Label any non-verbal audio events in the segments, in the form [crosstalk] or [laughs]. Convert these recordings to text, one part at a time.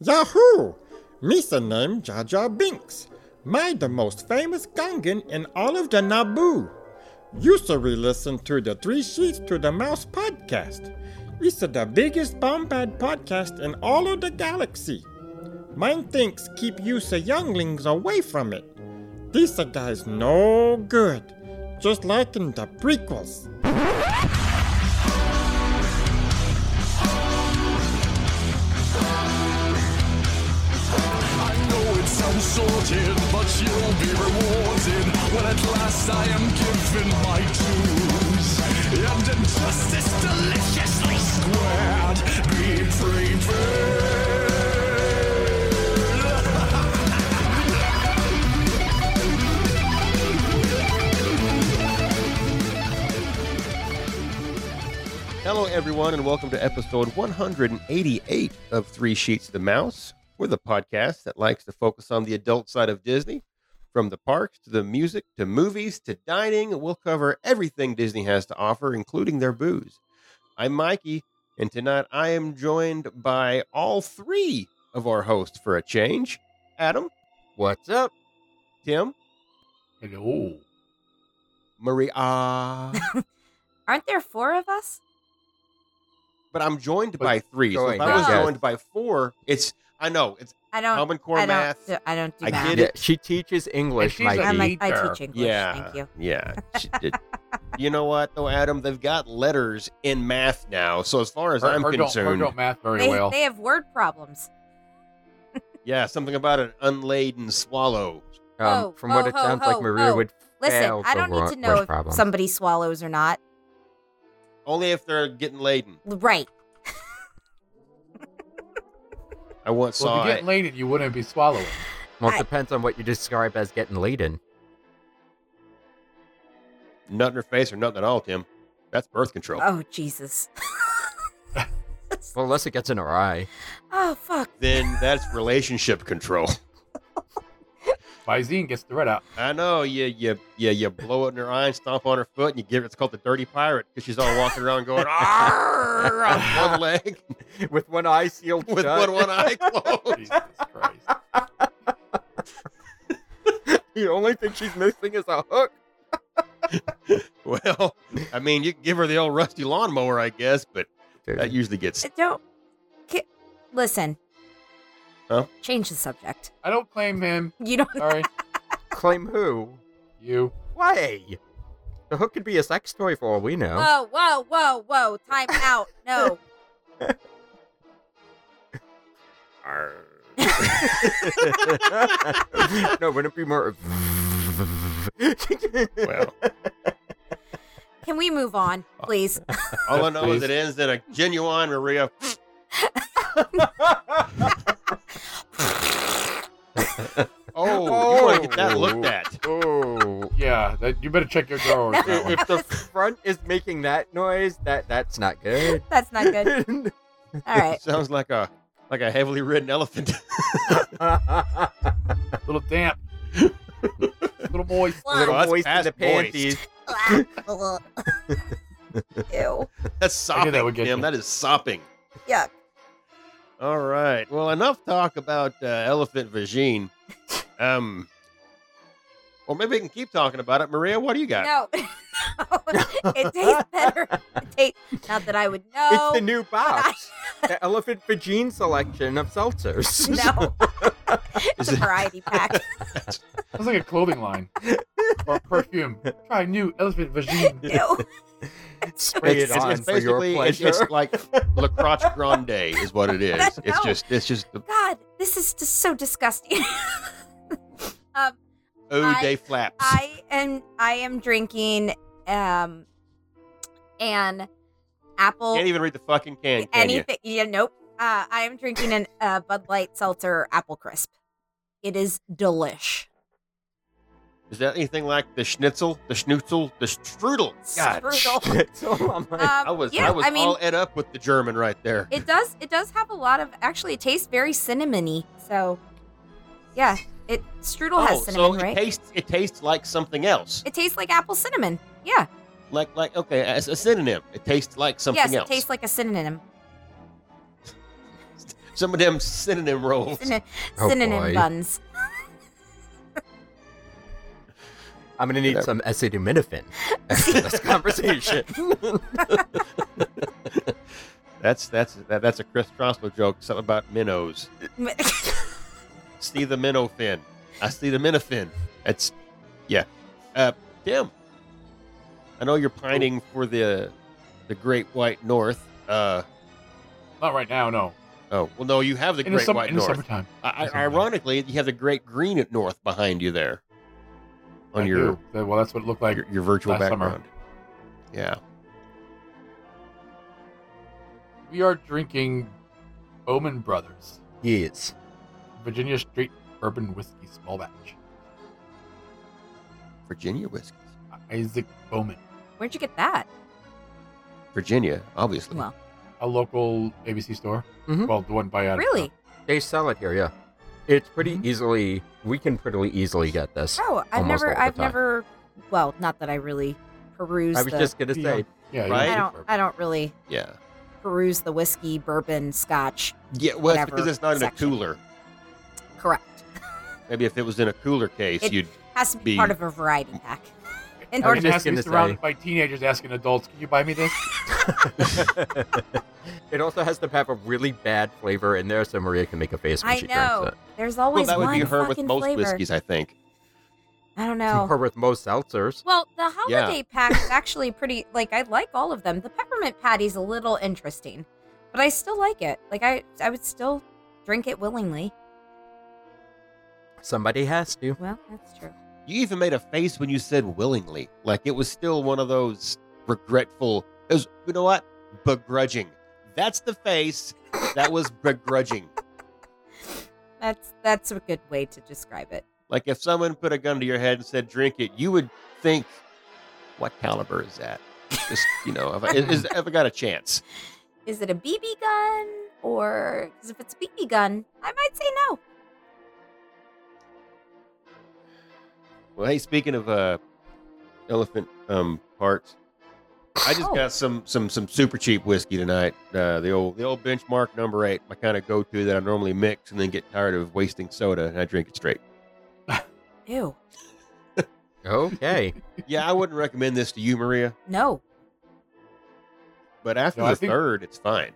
Yahoo! Misa named Jar Jar Binks. My the most famous Gongan in all of the Naboo. Usually listen to the Three Sheets to the Mouse podcast. It's the biggest bombad podcast in all of the galaxy. Mine thinks keep you sa younglings away from it. These guys no good. Just like in the prequels. I know it sounds sordid, but you'll be rewarded when at last I am given my dues. And injustice deliciously squared, be prepared. Hello, everyone, and welcome to episode 188 of Three Sheets to the Mouse. We're the podcast that likes to focus on the adult side of Disney, from the parks to the music to movies to dining. We'll cover everything Disney has to offer, including their booze. I'm Mikey, and tonight I am joined by all three of our hosts for a change Adam. What's up? Tim. Hello. Maria. Aren't there four of us? but I'm joined But by three. So if joined, I was yeah. joined by four, it's, I know, it's I don't. common core Oh, I don't. math. Do, I don't do I math. get Yeah, it. she teaches And English, she's Mikey. a- I'm like I Either. teach English. Yeah. Thank you. Yeah. [laughs] Sh- it- you know what though, Adam? They've got letters in math now. So as far as Her- I'm her don't- her concerned, don't math very They, well. they have word problems. yeah, something about an unladen swallow. Whoa, um, from what whoa, it whoa, sounds whoa, like, Maria whoa. would Listen, fail I the don't need word- to know word if problem. somebody swallows or not. Only if they're getting laden. Right. I once well, if saw you're getting it. laid and you wouldn't be swallowing. Well, I- it depends on what you describe as getting laden. nut in her face or nothing at all, Tim. That's birth control. Oh Jesus. [laughs] Well, unless it gets in her eye. oh fuck. then that's relationship control. [laughs] Visine gets the red [laughs] out. I know. You you you you blow it in her eye and stomp on her foot and you give her. It's called the dirty pirate because she's all walking around going [laughs] "Arr!" on one leg [laughs] [laughs] With one eye sealed with shut. one one eye closed. Jesus Christ. [laughs] the only thing she's missing is a hook. Well, I mean, you can give her the old rusty lawnmower, I guess, but Uh, that usually [laughs] gets. Don't. Ki- Listen. Huh? Change the subject. I don't claim him. [laughs] You don't. Sorry. Claim who? you. Why? The hook could be a sex toy for all we know. Whoa, whoa, whoa, whoa! Time out. [laughs] No. [laughs] no, wouldn't it be more? Well, Can we move on, [laughs] please? all I know is it ends in a genuine Maria. [laughs] Oh, you want to get that looked [laughs] at? oh. Yeah, that, you better check your drawers. on that If [laughs] one. if the front is making that noise, that that's not [laughs] good. [laughs] That's not good. All right. [laughs] Sounds like a like a heavily ridden elephant. [laughs] little damp. little moist. Well, Little that's voice in past the panties. Ew. That's sopping, that would get Tim. you. That is sopping. Yuck. All right. Well, enough talk about uh, elephant vagine. Um, or maybe we can keep talking about it. Maria, what do you got? No. [laughs] it tastes better. It tastes not that Oh, [laughs] I would know. It's the new [laughs] box. the elephant vagine selection of seltzers. [laughs] [laughs] no. it's a variety pack. That's like a clothing [laughs] line or a perfume. Try new elephant vagine. Ew. Spray it it's, on it's for your basically it's, it's pleasure. like La Croix Grande is what it [laughs] is. It's No. just it's just the God, this is just so disgusting. [laughs] eau I- de flaps. I am I am drinking um an apple Can't even read the fucking can, can anything yeah, nope. Uh, I am drinking an uh, Bud Light seltzer apple crisp. It is delish. you? Is that anything like the schnitzel, the schnitzel, the strudel? [laughs] God, Strudel. It's all on my- Um, I was yeah, I was mean, all ed up with the German right there. It does. It does have a lot of. Actually, it tastes very cinnamony. So, yeah, it strudel oh, has cinnamon, so right? it tastes it tastes like something else. it tastes like apple cinnamon. Yeah. Like like okay, as a synonym. It tastes like something yes, else. it tastes like a synonym. Some of them synonym rolls. Synonym, [laughs] Oh, synonym boy. buns. [laughs] I'm gonna need some [laughs] acetaminophen after this conversation. [laughs] That's that's that, that's a Chris Trostler joke. Something about minnows. See the minnow fin. I see the minnow fin. That's yeah. Uh, Tim, I know you're pining for the the Great White North. Uh, Not right now, no. oh well, no, you have the In the, Great summer, White in the North. summertime. I, I, summertime. ironically, you have the Great Green at North behind you there. On I your do. Well, that's what it looked like. your, your virtual last summer. background. Yeah. We are drinking Bowman Brothers, yes. Virginia Street Bourbon Whiskey Small Batch. Virginia whiskey. Isaac Bowman, Where'd you get that? Virginia, obviously. Well, a local ABC store. Mhm. Well, the one by uh, Mm-hmm. really? They sell it here, yeah. It's pretty Mhm. easily. We can pretty easily get this. Mm-hmm. Oh, I've Almost all never, the I've time. never. Well, not that I really peruse. I was the, just gonna Yeah. say. Yeah, you Right? know, I don't. I don't really Yeah. peruse the whiskey, bourbon, scotch. Yeah. Well, it's Whatever because it's not in a section. cooler. Correct. Maybe if it was in a cooler case, It- you'd Has to be Be- part of a variety pack. [laughs] In I Or was order it just has to be gonna surrounded say. by teenagers asking adults, "Can you buy me this?" it also has to have a really bad flavor in there, so Maria can make a face when I she know. drinks it. There's well, always that would one be her with fucking most flavor. whiskeys, I think. I don't know. Or with most seltzers. Well, the Yeah. holiday pack is actually pretty. Like I like all of them. The peppermint patty's a little interesting, but I still like it. Like I, I would still drink it willingly. Somebody has to. Well, that's true. You even made a face when you said willingly, like it was still one of those regretful. It was, you know what? Begrudging. That's the face. That was begrudging. That's that's a good way to describe it. Like if someone put a gun to your head and said, "Drink it," you would think, "What caliber is that?" Just you know, have I, is, have I got a chance? Is it a BB gun or? Because if it's a BB gun, I might say no. Well, hey, speaking of uh, elephant um, parts, I just Oh. got some some some super cheap whiskey tonight. Uh, the old the old benchmark number eight, my kind of go to that I normally mix and then get tired of wasting soda and I drink it straight. Ew. [laughs] Okay. yeah, I wouldn't recommend this to you, Maria, No. but after No, I the think- third, it's fine.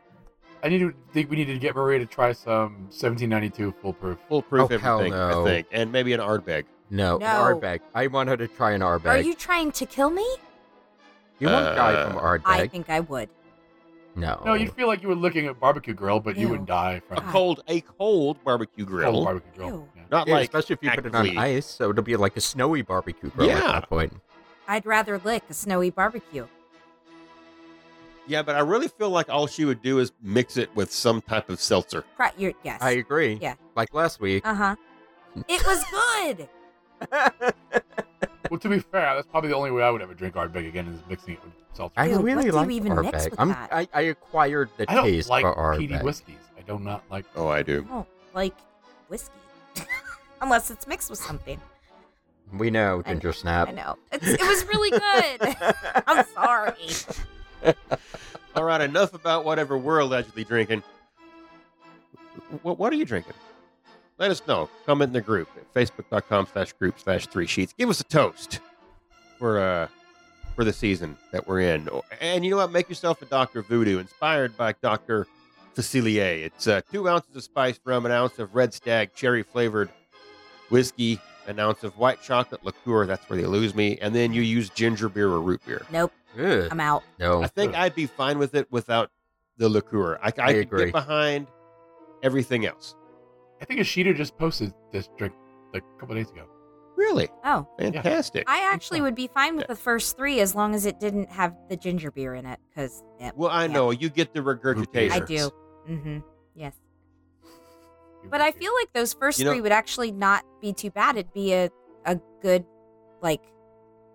I need to think we need to get Maria to try some 1792 foolproof. Foolproof Oh, hell everything, no. I think, and maybe an Ardbeg. No, No. an Ardbeg. I want her to try an Ardbeg. Are you trying to kill me? You won't die from Uh, Ardbeg. I think I would. no. No, Oh. you'd feel like you were looking at barbecue grill, but you Ew. would die from A God. cold, a cold barbecue grill, cold barbecue grill. Ew. Yeah. not Yeah, like especially if you put it on actively- ice, so it'll be like a snowy barbecue grill Yeah. at that point. I'd rather lick a snowy barbecue. Yeah, but I really feel like all she would do is mix it with some type of seltzer. Pro- you're, yes. I agree. Yeah. Like last week. Uh huh. It was good. Well, to be fair, that's probably the only way I would ever drink Ardbeg again is mixing it with seltzer. I Dude, what really do you like even mix Ardbeg. with I'm, that? I, I acquired the I don't taste like for peaty Ardbeg. whiskeys. I do not like. Oh, I do. Oh, like whiskey. [laughs] Unless it's mixed with something. We know, I know, Ginger I Snap. know. It's, it was really good. [laughs] I'm sorry. All right, enough about whatever we're allegedly drinking. What, what are you drinking? Let us know. Comment in the group at facebook.com slash group slash three sheets. Give us a toast for uh for the season that we're in. And you know what? Make yourself a Dr. Voodoo inspired by Dr. Facilier. It's uh, two ounces of spice rum, an ounce of red stag cherry flavored whiskey, an ounce of white chocolate liqueur. That's where they lose me. And then you use ginger beer or root beer. Nope, Ugh, I'm out. no. I [laughs] think I'd be fine with it without the liqueur. I, I, could agree. get behind everything else. I think Ashita just posted this drink like a couple days ago. Really Oh, fantastic. I actually would be fine with the first three as long as it didn't have the ginger beer in it. Because well, I know you get the regurgitation. I sure. do. Mm-hmm. Yes, but I feel like those first You know- three would actually not be too bad. It'd be a a good like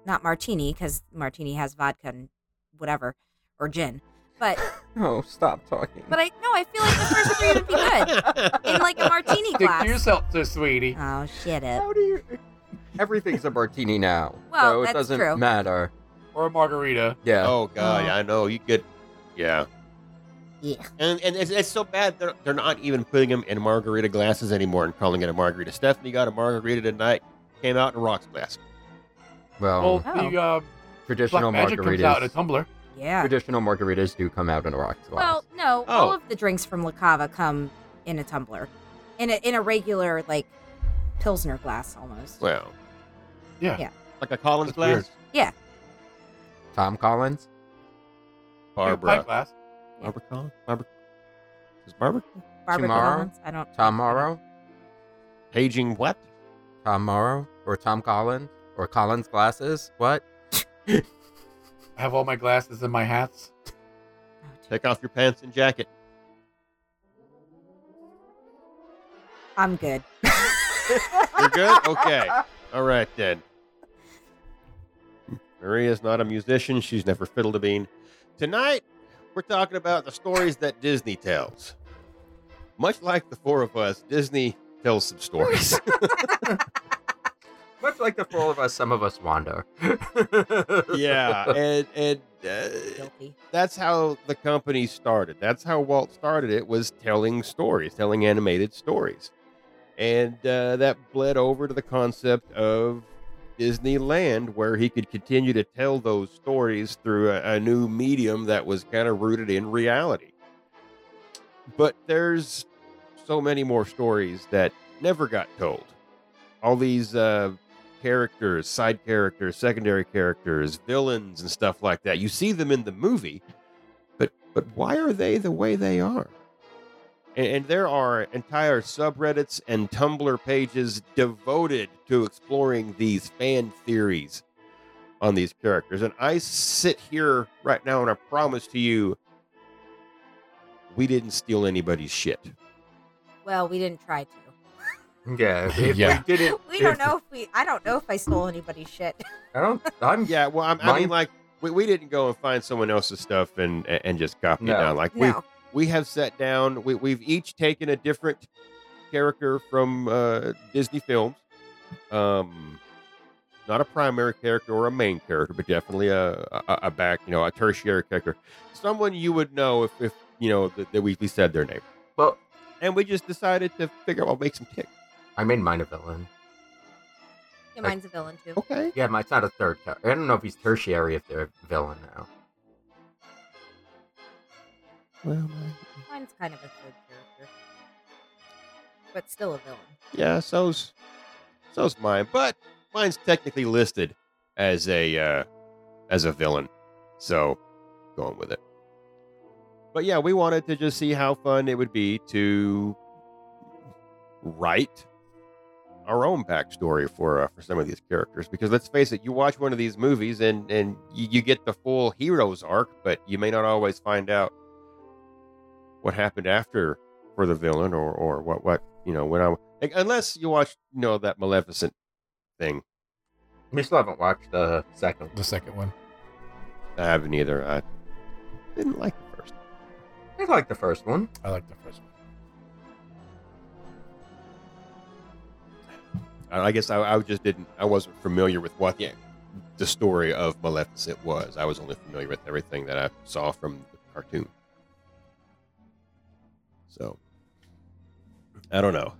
not martini because martini has vodka and whatever or gin. But [laughs] Oh, stop talking. but I no, I feel like the first three would be [laughs] good in like a martini Stick to glass. yourself, there, sweetie. Oh shit! It. How do [laughs] you... Everything's a martini now, Well, so it that's doesn't true. matter. Or a margarita. Yeah. Oh god, Oh. yeah, I know you get. Yeah, Yeah. And, and it's, it's so bad they're, they're not even putting them in margarita glasses anymore and calling it a margarita. Stephanie got a margarita tonight, came out in a rocks glass. Well, Oh. Well, the Oh. uh, traditional black magic comes out in a margaritas. tumbler. Yeah. Traditional margaritas do come out in a rock glass. Well, no, Oh. all of the drinks from La Cava come in a tumbler, in a in a regular like pilsner glass almost. Well, Yeah. Yeah. like a Collins That's weird. glass. Tom Collins. Pint Barbara. glass. Barbara Collins? Barbara. Is Barbara? Barbara Tomorrow? Collins. I don't. Tom Morrow. Paging what? Tom Morrow. Or Tom Collins. Or Collins glasses. What? I have all my glasses and my hats. oh, Take off your pants and jacket. I'm good. [laughs] You're good? Okay. All right, then. Maria's not a musician. She's never fiddled a bean. Tonight, we're talking about the stories that Disney tells. Much like the four of us, Disney tells some stories. Much like the four of us, some of us wander. [laughs] [laughs] yeah, and and uh, Guilty. that's how the company started. That's how Walt started it was telling stories, telling animated stories. And uh, that bled over to the concept of Disneyland, where he could continue to tell those stories through a, a new medium that was kind of rooted in reality. But there's so many more stories that never got told. All these uh, characters, side characters, secondary characters, villains, and stuff like that. You see them in the movie, but but why are they the way they are? And, and there are entire subreddits and Tumblr pages devoted to exploring these fan theories on these characters. And I sit here right now, and I promise to you, we didn't steal anybody's [laughs] shit. Well, we [laughs] didn't try to. Yeah. If Yeah. We didn't. [laughs] We don't know if we. I don't know if I stole anybody's shit. [laughs] I don't. [laughs] I'm. Yeah, well, I'm, I mean, Mine- like we, we didn't go and find someone else's stuff and and just copy it No. down. Like we No. we have sat down. We, we've each taken a different character from uh, Disney films. Um, not a primary character or a main character, but definitely a, a a back, you know, a tertiary character, someone you would know if if you know that, that we, we said their name. Well, And we just decided to figure out what makes them tick. I made mine a villain. Yeah, mine's a villain too. Okay, Yeah, mine's not a third character. I don't know if he's tertiary if they're a villain now. well, Mine's kind of a third character, but still a villain. Yeah, so's so's mine, but mine's technically listed as a uh, as a villain, so going with it. But yeah, we wanted to just see how fun it would be to write our own backstory for uh, for some of these characters, because let's face it, you watch one of these movies and and you, you get the full hero's arc, but you may not always find out what happened after for the villain or or what what you know when I like, unless you watch you know that Maleficent thing. We still haven't watched the second. The second one. I haven't either. I didn't like it first. I like the first one. I like the first one. I I guess I, I just didn't. I wasn't familiar with what the the story of Maleficent was. I was only familiar with everything that I saw from the cartoon. So I don't know.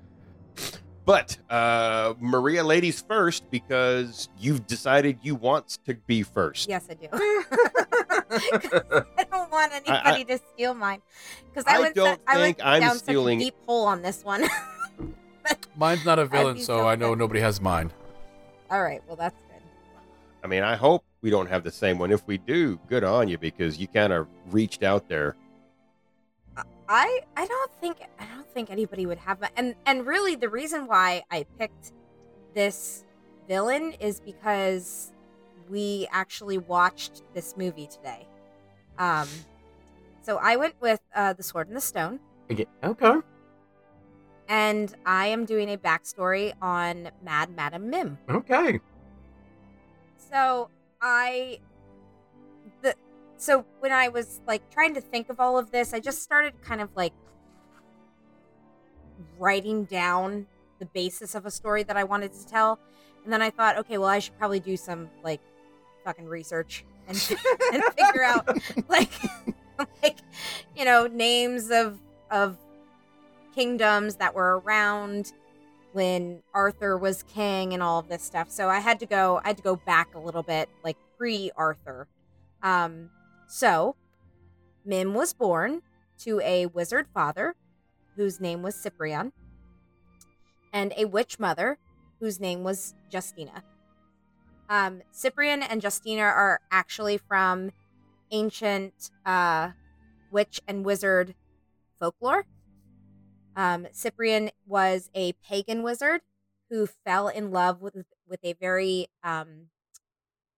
But uh, Maria, ladies first, because you've decided you want to be first. Yes, [laughs] I do. [laughs] 'Cause I don't want anybody to steal mine because I, I went. don't I think went I'm down stealing- such a deep hole on this one. [laughs] Mine's not a villain, be so so I know good. nobody has mine. All right. Well, that's good. I mean, I hope we don't have the same one. If we do, good on you because you kind of reached out there. I I don't think I don't think anybody would have my, and and really the reason why I picked this villain is because we actually watched this movie today. Um, so I went with uh, the Sword and the Stone, Okay. okay. and I am doing a backstory on Mad Madam Mim. Okay. So I the so when I was like trying to think of all of this, I just started kind of like writing down the basis of a story that I wanted to tell. And then I thought, okay, well I should [laughs] probably do some [laughs] like fucking research and, and figure out like like you know names of of kingdoms that were around when Arthur was king and all of this stuff. So I had to go I had to go back a little bit like pre Arthur. Um so Mim was born to a wizard father whose name was Cyprian and a witch mother whose name was Justina. Um, Cyprian and Justina are actually from ancient uh, witch and wizard folklore. Um, Cyprian was a pagan wizard who fell in love with, with a very um,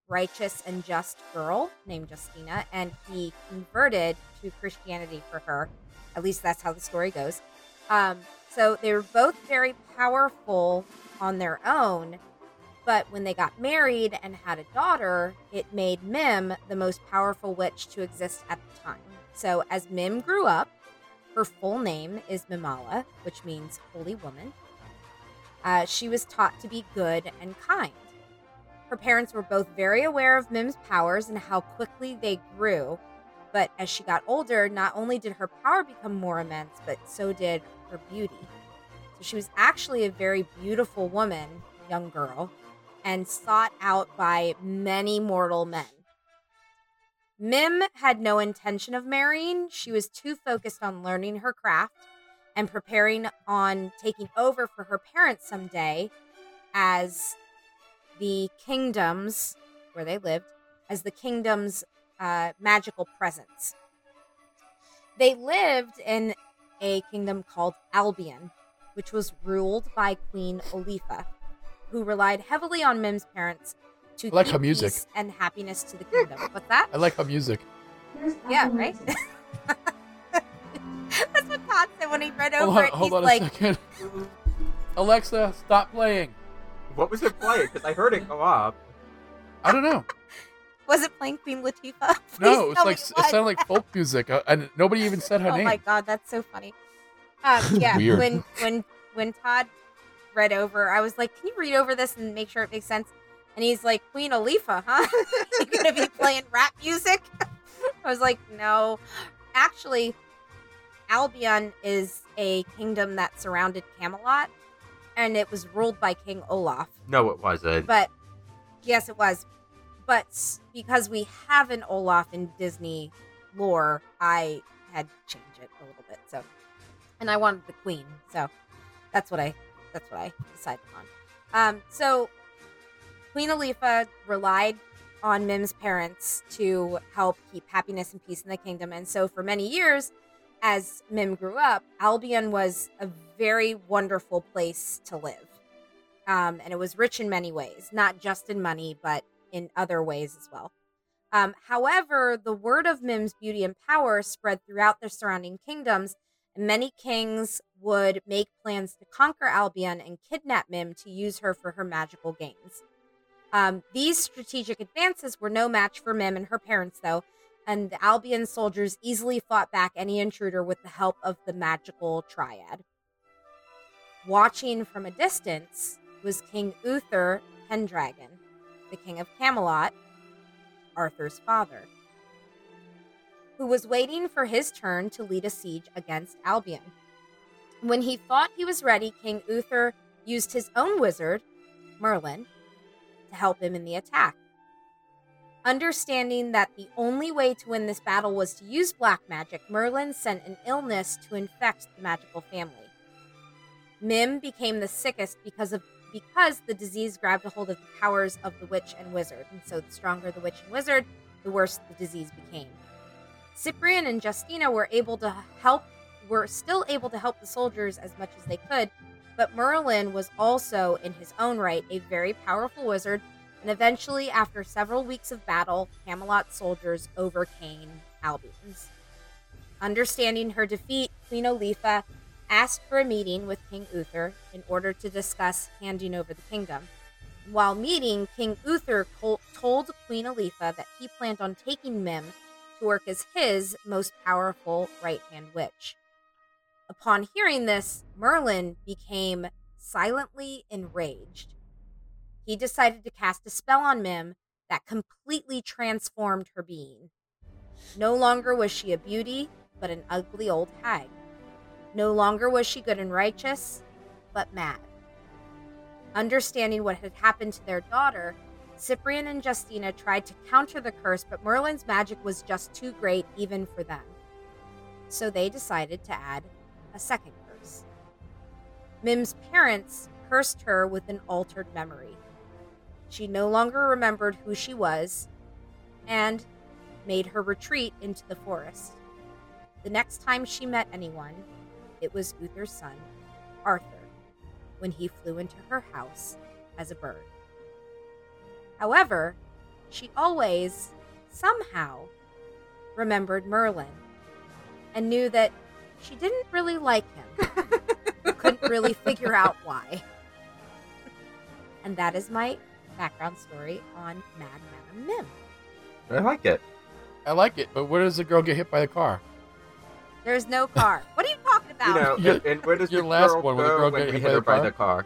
righteous and just girl named Justina, and he converted to Christianity for her. At least that's how the story goes. Um, so they were both very powerful on their own, but when they got married and had a daughter, it made Mim the most powerful witch to exist at the time. So as Mim grew up, her full name is Mimala, which means holy woman. Uh, she was taught to be good and kind. Her parents were both very aware of Mim's powers and how quickly they grew. But as she got older, not only did her power become more immense, but so did her beauty. So she was actually a very beautiful woman, young girl, and sought out by many mortal men. Mim had no intention of marrying. She was too focused on learning her craft and preparing on taking over for her parents someday as the kingdoms where they lived as the kingdom's uh, magical presence. They lived in a kingdom called Albion, which was ruled by Queen Olifa, who relied heavily on Mim's parents to I like keep her music. peace and happiness to the kingdom. What's that? I like her music. Yeah, right? [laughs] That's what Todd said when he read over Hold on, it. hold He's on a like, second. [laughs] Alexa, stop playing. What was it playing? Because I heard it go up. I don't know. was it playing Queen Latifah? [laughs] Please No, it's tell like me it it was. sounded like folk music, uh, and nobody even said her [laughs] oh name. my god, that's so funny. [laughs] Um, yeah, Weird. when when when Todd read over, I was like, "Can you read over this and make sure it makes sense?" And he's like, "Queen Alifa, huh? [laughs] you gonna be playing rap music?" [laughs] I was like, "No, actually, Albion is a kingdom that surrounded Camelot, and it was ruled by King Olaf." No, it wasn't. But yes, it was. But s- because we have an Olaf in Disney lore, I had to change it a little bit. So, and I wanted the Queen, so that's what I that's what I decided on. Um, so Queen Alifa relied on Mim's parents to help keep happiness and peace in the kingdom, and so for many years. As Mim grew up, Albion was a very wonderful place to live um, and it was rich in many ways, not just in money, but in other ways as well. Um, however, the word of Mim's beauty and power spread throughout the surrounding kingdoms, and many kings would make plans to conquer Albion and kidnap Mim to use her for her magical gains. Um, these strategic advances were no match for Mim and her parents, though, and the Albion soldiers easily fought back any intruder with the help of the magical triad. Watching from a distance was King Uther Pendragon, the king of Camelot, Arthur's father, who was waiting for his turn to lead a siege against Albion. When he thought he was ready, King Uther used his own wizard, Merlin, to help him in the attack. Understanding that the only way to win this battle was to use black magic, Merlin sent an illness to infect the magical family. Mim became the sickest because of because the disease grabbed a hold of the powers of the witch and wizard, and so the stronger the witch and wizard, the worse the disease became. Cyprian and Justina were able to help were still able to help the soldiers as much as they could, but Merlin was also in his own right a very powerful wizard, and eventually after several weeks of battle, Camelot soldiers overcame Albion's. Understanding her defeat, Queen Olifa asked for a meeting with King Uther in order to discuss handing over the kingdom. While meeting, King Uther col- told Queen Alifa that he planned on taking Mim to work as his most powerful right hand witch. Upon hearing this, Merlin became silently enraged. He decided to cast a spell on Mim that completely transformed her being. No longer was she a beauty, but an ugly old hag. No longer was she good and righteous, but mad. Understanding what had happened to their daughter, Cyprian and Justina tried to counter the curse, but Merlin's magic was just too great even for them. So they decided to add a second curse. Mim's parents cursed her with an altered memory. She no longer remembered who she was and made her retreat into the forest. The next time she met anyone, it was Uther's son, Arthur, when he flew into her house as a bird. However, she always, somehow, remembered Merlin and knew that she didn't really like him. Couldn't really figure out why. And that is my background story on Mad Madam Mim. I like it. I like it, but where does the girl get hit by the car? There's no car. What are you talking You about? know, Your- and, and where does your the last girl one where the go girl when got we hit by hit her the by car?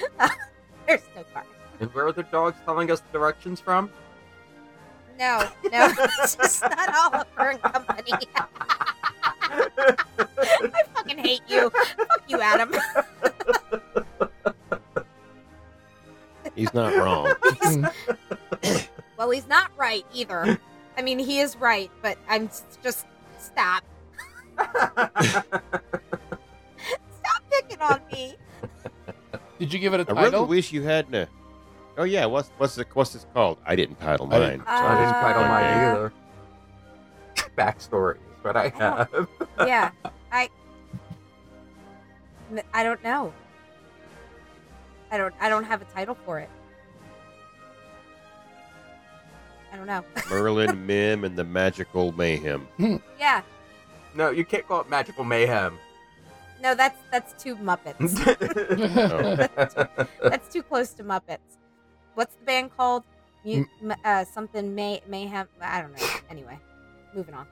the car? [laughs] There's no car. And where are the dogs telling us the directions [laughs] from? No, no, [laughs] it's just not Oliver and Company. [laughs] I fucking hate you. Fuck you, Adam. [laughs] He's not [laughs] wrong. Well, he's not right either. I mean, he is right, but I'm s- just stop. stop picking on [laughs] me. Did you give it a I title? really wish you hadn't. A... Oh yeah, what's what's it, what's this called? I didn't title I mine. didn't- I didn't title mine Uh, either. [laughs] Oh. Backstory is what I I have. yeah, I. N- I don't know. I don't. I don't have a title for it. I don't know. [laughs] [laughs] Merlin, Mim, and the Magical Mayhem. Yeah, No, you can't call it magical mayhem. no, that's that's two Muppets. Oh. that's too close to Muppets. What's the band called? Mu- m- uh, something may mayhem. I [laughs] don't know. Anyway, moving on.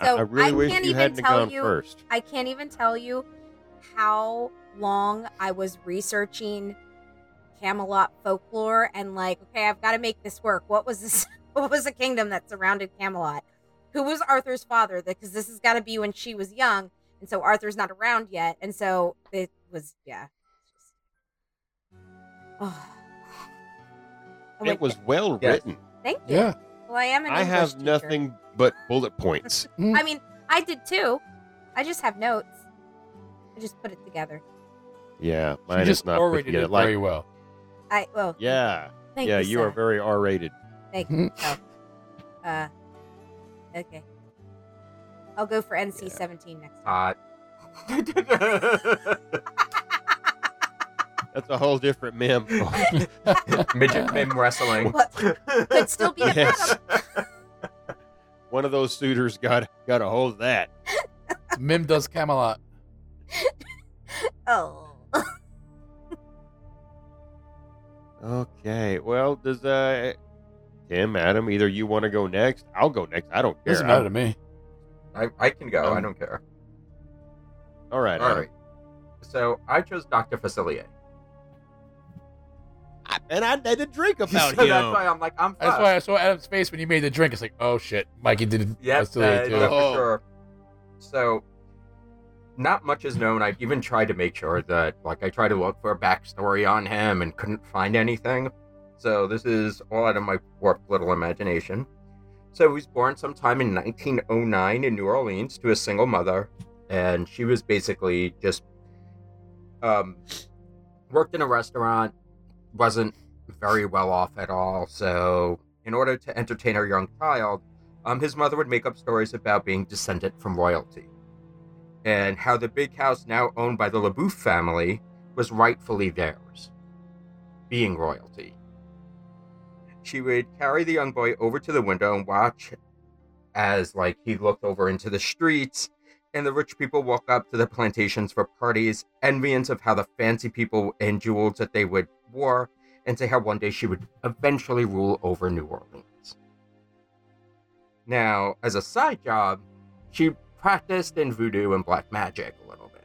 I- So I really I wish can't you even hadn't tell gone you- first. I can't even tell you how long I was researching Camelot folklore and like, okay, I've got to make this work. What was this? [laughs] What was the kingdom that surrounded Camelot? Who was Arthur's father? Because this has got to be when she was young, and so Arthur's not around yet, and so it was yeah. [sighs] Oh. I It went- was well Yes. written. Thank you. [laughs] yeah. Well, I am an I English have teacher. nothing but bullet [laughs] points. I mean, I did too. I just have notes. I just put it together. Yeah, She mine is just not put orated together. it Like, very well. I well. yeah, Thank yeah, you, you sir. are very R-rated. Thank you. So, uh, okay. I'll go for NC seventeen next Ah, time. [laughs] Hot. [laughs] That's a whole different [laughs] mem. Midget mim wrestling. But could still be [laughs] a yes. madam. One of those suitors got got a hold of that. Mim does [laughs] Camelot. Oh. [laughs] Okay. Well, does uh Tim, Adam, either you want to go next? I'll go next. I don't care. Doesn't matter to me. [laughs] I, I can go. I don't care. I'm- All right. All Adam. right. So I chose Dr. Facilier. I- and I had a drink about [laughs] so him. [laughs] that's why I'm like, I'm That's fucked. why I saw Adam's face when you made the drink. It's like, oh shit, Mikey did it. Yep, That's delayed, uh, too. yeah, for sure. So, not much is known. I even tried to make sure that, like, I tried to look for a backstory on him and couldn't find anything. So, this is all out of my warped little imagination. So, he was born sometime in 1909 in New Orleans to a single mother, and she was basically just um, worked in a restaurant, wasn't very well off at all. So, in order to entertain her young child, um, his mother would make up stories about being descendant from royalty and how the big house now owned by the LaBouffe family was rightfully theirs, being royalty. She would carry the young boy over to the window and watch as like he looked over into the streets and the rich people walk up to the plantations for parties, envious of how the fancy people and jewels that they would wore, and to how one day she would eventually rule over New Orleans. Now, as a side job, she practiced in voodoo and black magic a little bit.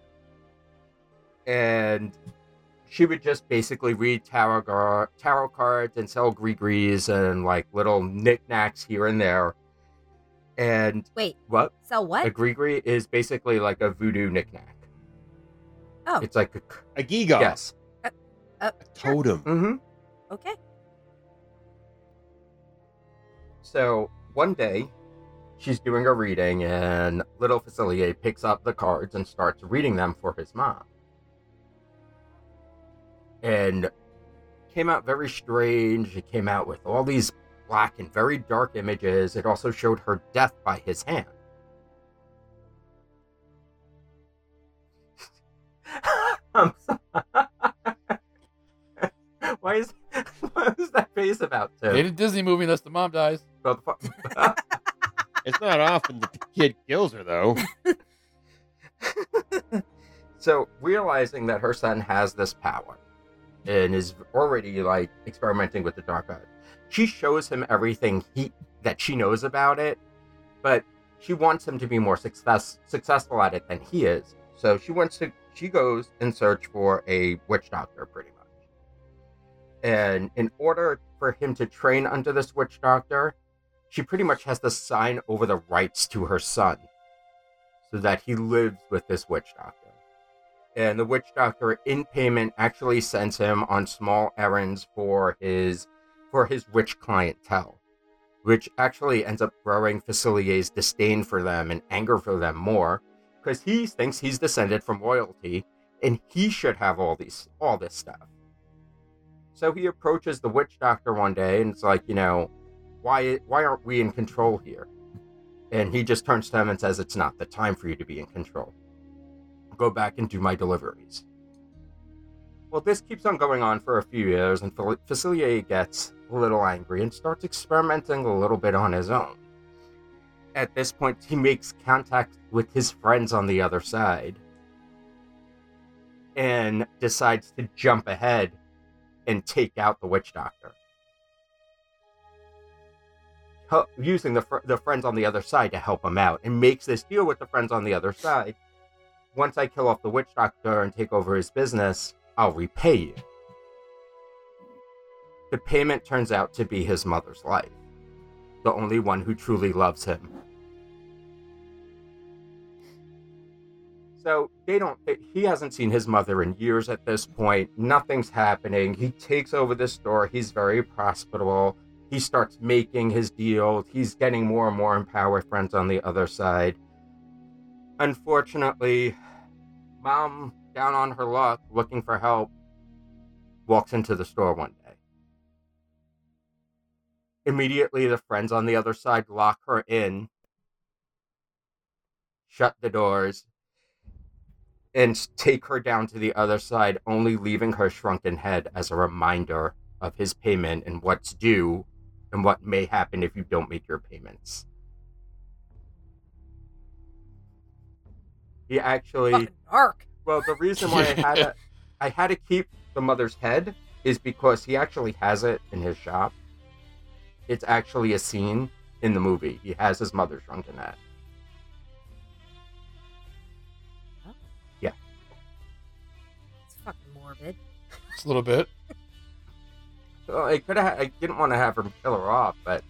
And she would just basically read tarot, gar- tarot cards and sell gree-grees and like little knickknacks here and there. And Wait, what? sell what? A gree-gree is basically like a voodoo knickknack. Oh. It's like a, A giga. yes. A totem. Mm-hmm. okay. So one day, she's doing a reading, and little Facilier picks up the cards and starts reading them for his mom. And came out very strange. It came out with all these black and very dark images. It also showed her death by his hand. [laughs] I'm sorry. [laughs] Why is [laughs] what is that face about? Tim? Oh, Made a Disney movie unless the mom dies. About the fu- [laughs] It's not often that the kid kills her [laughs] though. so realizing that her son has this power and is already like experimenting with the dark side, she shows him everything he that she knows about it, but she wants him to be more success successful at it than he is. So she wants to she goes in search for a witch doctor pretty much. And in order for him to train under this witch doctor, she pretty much has to sign over the rights to her son so that he lives with this witch doctor. And the witch doctor, in payment, actually sends him on small errands for his for his witch clientele, which actually ends up growing Facilier's disdain for them and anger for them more, because he thinks he's descended from royalty and he should have all these all this stuff. So he approaches the witch doctor one day and it's like, you know, why why aren't we in control here? And he just turns to him and says, It's not the time for you to be in control. Go back and do my deliveries. Well, this keeps on going on for a few years, and Fel- Facilier gets a little angry and starts experimenting a little bit on his own. At this point, he makes contact with his friends on the other side and decides to jump ahead and take out the witch doctor. help, using the, fr- the friends on the other side to help him out and makes this deal with the friends on the other side. Once I kill off the witch doctor and take over his business, I'll repay you. The payment turns out to be his mother's life, the only one who truly loves him. So they don't. He hasn't seen his mother in years at this point. Nothing's happening. He takes over this store. He's very profitable he starts making his deals. He's getting more and more empowered friends on the other side. Unfortunately, mom, down on her luck, looking for help, walks into the store one day. Immediately, the friends on the other side lock her in, shut the doors, and take her down to the other side, only leaving her shrunken head as a reminder of his payment and what's due and what may happen if you don't make your payments. He actually Fucking dark. well, the reason why I had to, I had to keep the mother's head is because he actually has it in his shop. It's actually a scene in the movie. He has his mother shrunken head. It's fucking morbid. Just a little bit. So I could have. I didn't want to have him kill her off, but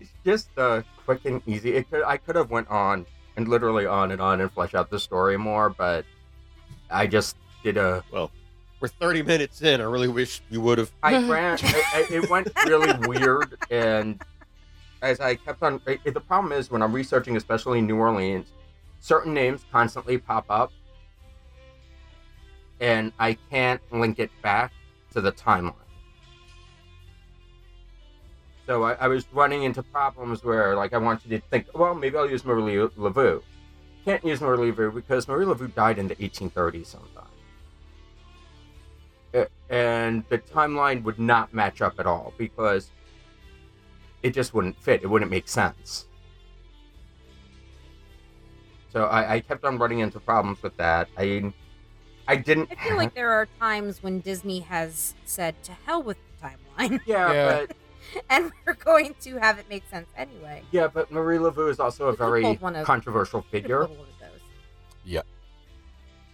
it's just uh, quick and easy. It could. I could have went on and literally on and on and flesh out the story more, but I just did a. We're 30 minutes in. I really wish you would have. I ran. I, I, it went really weird, and as I kept on, I, the problem is when I'm researching, especially New Orleans, certain names constantly pop up, and I can't link it back to the timeline. So I, I was running into problems where, like, I wanted to think, well, maybe I'll use Marie Le- Laveau. Can't use Marie Laveau because Marie Laveau died in the 1830s sometime. A- And the timeline would not match up at all because it just wouldn't fit. It wouldn't make sense. So I, I kept on running into problems with that. I I didn't. I feel like there are times when Disney has said to hell with the timeline, [laughs] [laughs] yeah, Yeah. but and we're going to have it make sense anyway. yeah, but Marie Laveau is also a It's a very bold one of- controversial Could've figure. pulled one of those.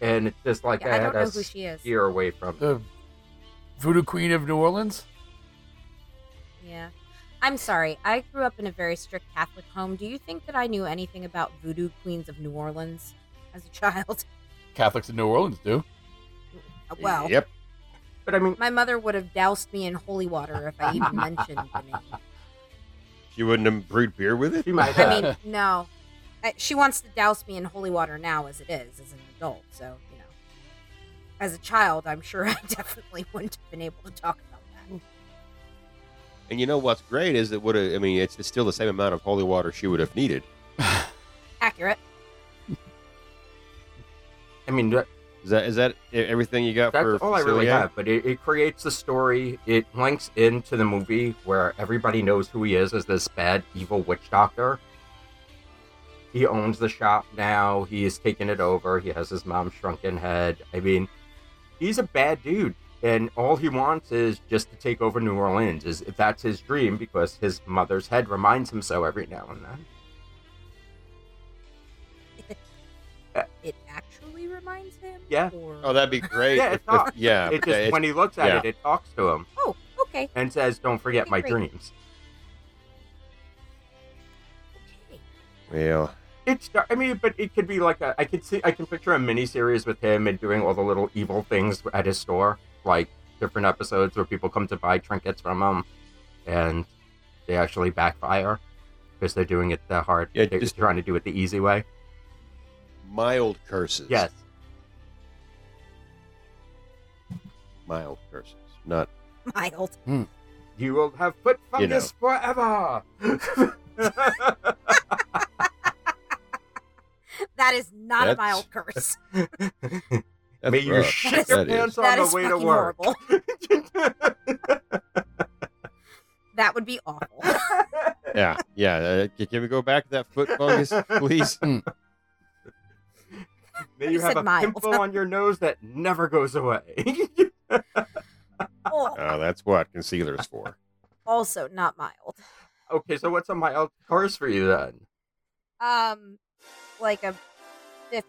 and it's just like Yeah, I I had don't know a who she is. year away from. it. The voodoo queen of New Orleans? Yeah. I'm sorry. I grew up in a very strict Catholic home. Do you think that I knew anything about voodoo queens of New Orleans as a [laughs] child? Catholics in New Orleans do. Well, Uh, Yep. But I mean, my mother would have doused me in holy water if I even mentioned the name. [laughs] She wouldn't have brewed beer with it. she might have. I mean, no. I, she wants to douse me in holy water now, as it is, as an adult. So, you know, as a child, I'm sure [laughs] I definitely wouldn't have been able to talk about Mm. that. And you know what's great is it would have. I mean, it's, it's still the same amount of holy water she would have needed. Accurate. I mean, that- Is that is that e- everything you got that's for? all I really Facilio? have. But it, it creates the story. It links into the movie where everybody knows who he is as this bad, evil witch doctor. He owns the shop now. He is taking it over. He has his mom's shrunken head. I mean, he's a bad dude, and all he wants is just to take over New Orleans. Is that's his dream because his mother's head reminds him so every now and then. It actually reminds him? Yeah. Or... Oh, that'd be great. Yeah, if- it's not- if- yeah. It okay, just when he looks at yeah. it, it talks to him oh, okay. and says, "Don't forget my Great. dreams." Okay. [laughs] well, It's. I mean, but it could be like a. I could see. I can picture a mini series with him and doing all the little evil things at his store, like different episodes where people come to buy trinkets from him, and they actually backfire because they're doing it the hard. Yeah, they're just- trying to do it the easy way. mild curses. Yes. mild curses. Not Mild. You will have foot You know. fungus forever. That is not That's- a mild curse. that's May you rough. shit your That is. pants on That the is way to fucking work. [laughs] horrible. [laughs] That would be [laughs] awful. Yeah, yeah. Uh, c- can we go back to that [laughs] foot fungus, please? May You you have said a mild. pimple on your nose that never goes away. [laughs] Oh, Oh, that's what concealer is for. also not mild. okay, so what's a mild curse for you then? Um, like a fifth.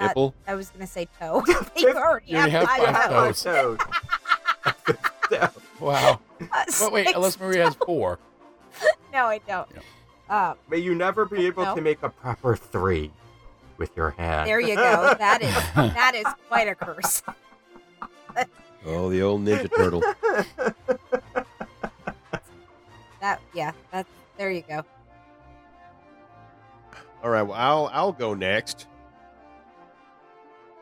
Uh, Nipple. I was gonna say [laughs] toe. [laughs] you already You already have have five five toes. [laughs] toes. So, Wow. Uh, But wait, six- Alice Marie has four. No, I don't. Um, may you never be able No. to make a proper three with your hand. [laughs] there you go. That is that is quite a curse. Oh, the old Ninja Turtle. That yeah. That there you go. [laughs] All right, well, I'll I'll go next.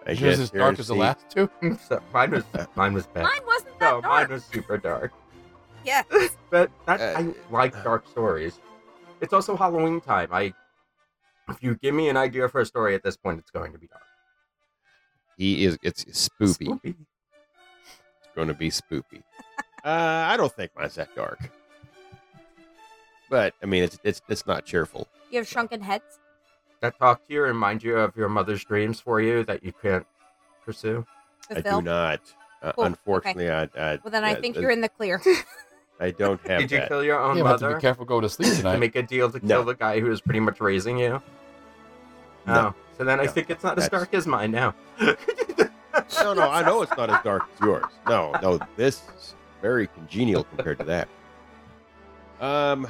I Yours guess as dark as the heresy- last two. So mine was mine was bad. Mine wasn't that no, dark. mine was super dark. Yeah. But that Uh, I like dark stories. It's also Halloween time. I, if you give me an idea for a story at this point, it's going to be dark. He is. It's spoopy. Spoopy. It's going to be spoopy. uh, I don't think mine's that dark. But I mean, it's it's it's not cheerful. You have shrunken heads. That talk to you remind you of your mother's dreams for you that you can't pursue. I do Fulfilled. not. Uh, Cool, okay. Unfortunately, I, I Well, then I yeah, think uh, you're in [laughs] the clear. [laughs] I don't have Did you that. kill your own You have to mother? be careful going to sleep [laughs] to tonight. make a deal to kill No. the guy who is pretty much raising you? No. Oh, so then I No. think it's not as That's- dark as mine now. no, no, I know it's not as dark as yours. No, no, this is very congenial compared to that. Um,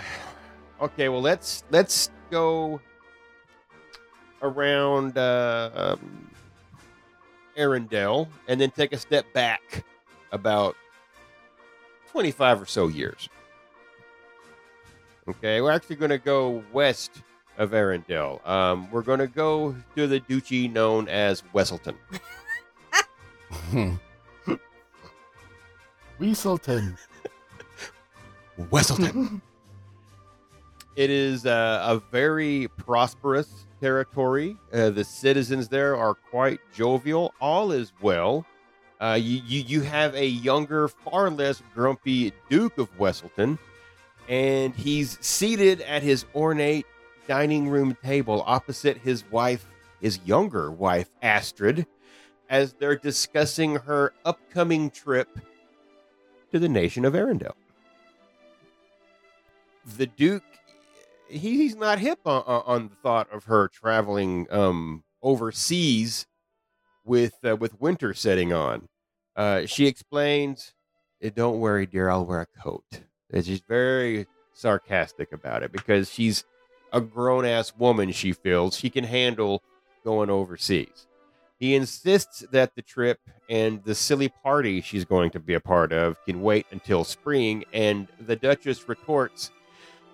okay, well let's let's go around uh, um, Arendelle and then take a step back about twenty-five or so years. Okay, we're actually going to go west of Arendelle. Um, we're going to go to the duchy known as Wesselton. [laughs] Weaselton. Wesselton. it is uh, a very prosperous territory. Uh, the citizens there are quite jovial. All is well. Uh, you, you you have a younger, far less grumpy Duke of Wesselton, and he's seated at his ornate dining room table opposite his wife, his younger wife Astrid, as they're discussing her upcoming trip to the nation of Arendelle the Duke, he, he's not hip on, on the thought of her traveling um, overseas with uh, with winter setting on. Uh, she explains, "Eh, "Don't worry, dear. I'll wear a coat." And she's very sarcastic about it because she's a grown ass woman. She feels she can handle going overseas. He insists that the trip and the silly party she's going to be a part of can wait until spring, and the Duchess retorts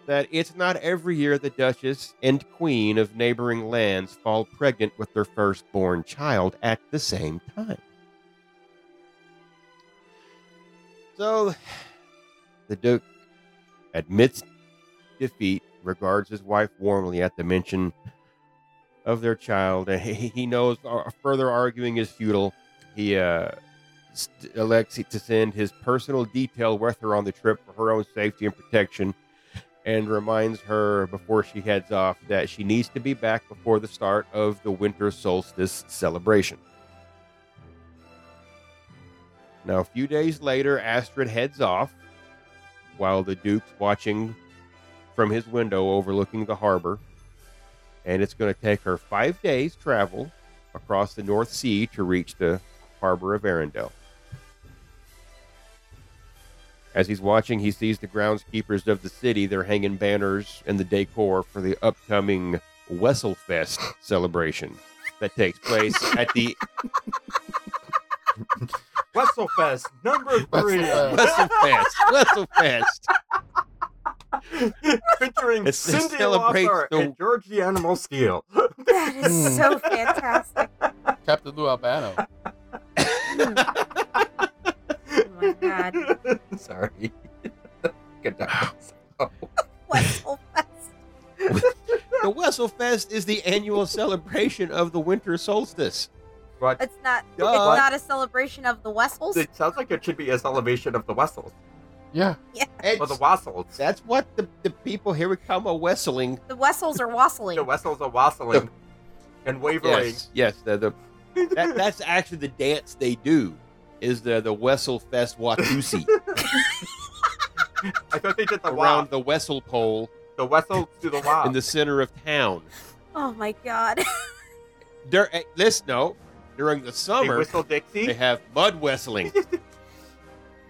that it's not every year the Duchess and Queen of neighboring lands fall pregnant with their firstborn child at the same time. So, the Duke admits defeat, regards his wife warmly at the mention of their child, and he, he knows uh, further arguing is futile. He uh, st- elects to send his personal detail with her on the trip for her own safety and protection, and reminds her before she heads off that she needs to be back before the start of the winter solstice celebration. Now, a few days later, Astrid heads off while the Duke's watching from his window overlooking the harbor. And it's going to take her five days' travel across the North Sea to reach the harbor of Arendelle. As he's watching, he sees the groundskeepers of the city. They're hanging banners and the decor for the upcoming Wesselfest celebration that takes [laughs] place at the Wesselfest number three, Wesselfest. [laughs] Wesselfest. Wesselfest. [laughs] featuring It's- it Cindy celebrates Lauper the- and Georgie Animal Steel. That is so fantastic. [laughs] Captain Lou Albano. Oh my [laughs] god. Sorry. [laughs] Good night. What's so fast? The Wesselfest is the annual celebration of the winter solstice. But It's not Duh. it's not a celebration of the Wessels. it sounds like it should be a celebration of the Wessels. Yeah. Or the It's- Wassels. that's what the, the people here would call a wesseling. The Wessels are wassailing. The Wessels are wassailing and wavering. Yes, yes. The, the, that, that's actually the dance they do. Is the the [laughs] Wesselfest Watusi I thought they did the around round. the Wessel pole The Wessels do the wow. in the center of town? Oh my god. [laughs] Dur- eh, listen, no, during the they summer whistle Dixie. they have mud wesseling. [laughs]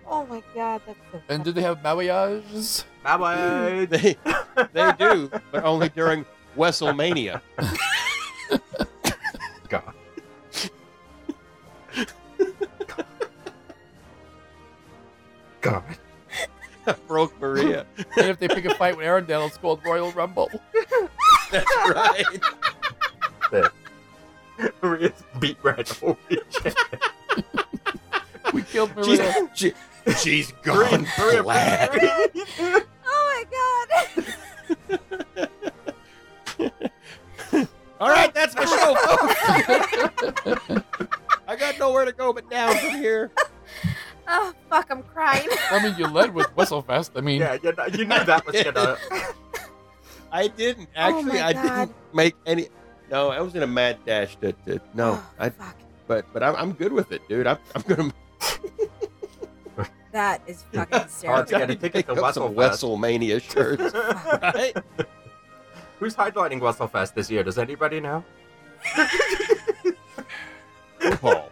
Oh my god, that's so And funny. do they have mariages? Bye bye. [laughs] [laughs] They they do, but only during Wesselmania. God. God. Broke Maria. And if they pick a fight with Arendelle, it's called Royal Rumble. [laughs] That's [laughs] right. Maria's beat [laughs] red. Holy shit. We killed Maria. she, has gone black. Oh my god. [laughs] All right, that's my show, folks. [laughs] I got nowhere to go but down from here. Oh fuck, I'm crying. I mean, you led with Whistlefest. I mean, Yeah, you know, you knew that was gonna. I didn't Oh actually. my I God. didn't make any. No, I was in a mad dash to, to no. Oh, I fuck. but but I'm, I'm good with it, dude. I'm, I'm gonna That [laughs] is fucking Hard to hysterical. [laughs] get a ticket pick to up some Wesselfest. Wesselmania [laughs] shirts, right? Who's highlighting Wesselfest this year? Does anybody know? RuPaul.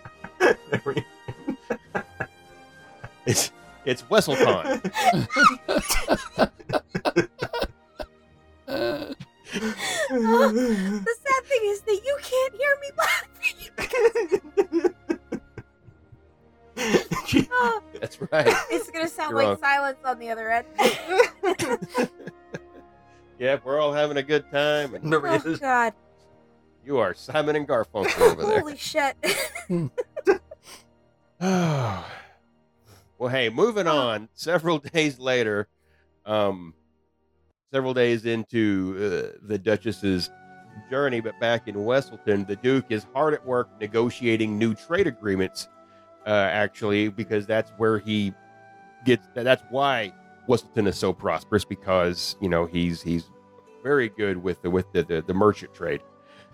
[laughs] It's it's [laughs] WesselCon. uh, The sad thing is that you can't hear me laughing. [laughs] Oh, That's right. it's gonna sound You're like on. silence on the [laughs] other end. Oh Yeah, we're all having a good time, and oh Maria's god. you are Simon and Garfunkel over there. Holy shit. [laughs] [sighs] well, hey, moving on. [laughs] Several days later, um, several days into uh, the Duchess's journey, but back in Wesselton, the Duke is hard at work negotiating new trade agreements. Uh, actually, because that's where he gets. That's why Wesselton is so prosperous because you know he's he's very good with the with the the, the merchant trade.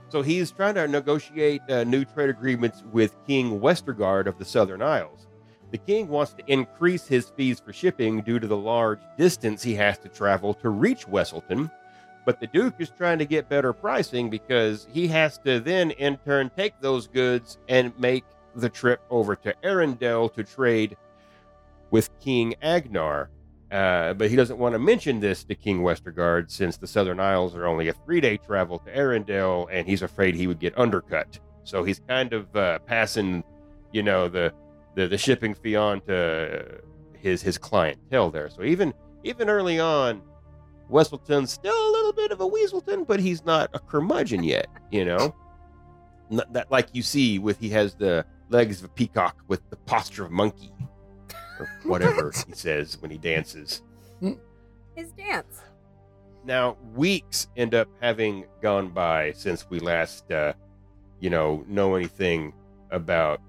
So he's trying to negotiate uh, new trade agreements with King Westergaard of the Southern Isles. The king wants to increase his fees for shipping due to the large distance he has to travel to reach Wesselton, But the Duke is trying to get better pricing because he has to then, in turn, take those goods and make the trip over to Arendelle to trade with King Agnar. Uh, but he doesn't want to mention this to King Westergard since the Southern Isles are only a three day travel to Arendelle and he's afraid he would get undercut. So he's kind of uh, passing, you know, the, the, the shipping fee on to his, his clientele there. So even, even early on, Wesselton's still a little bit of a Weaselton, but he's not a curmudgeon yet, you know? Not that like you see with he has the legs of a peacock with the posture of a monkey. Or whatever he says when he dances. His dance. Now, weeks end up having gone by since we last, uh, you know, know anything about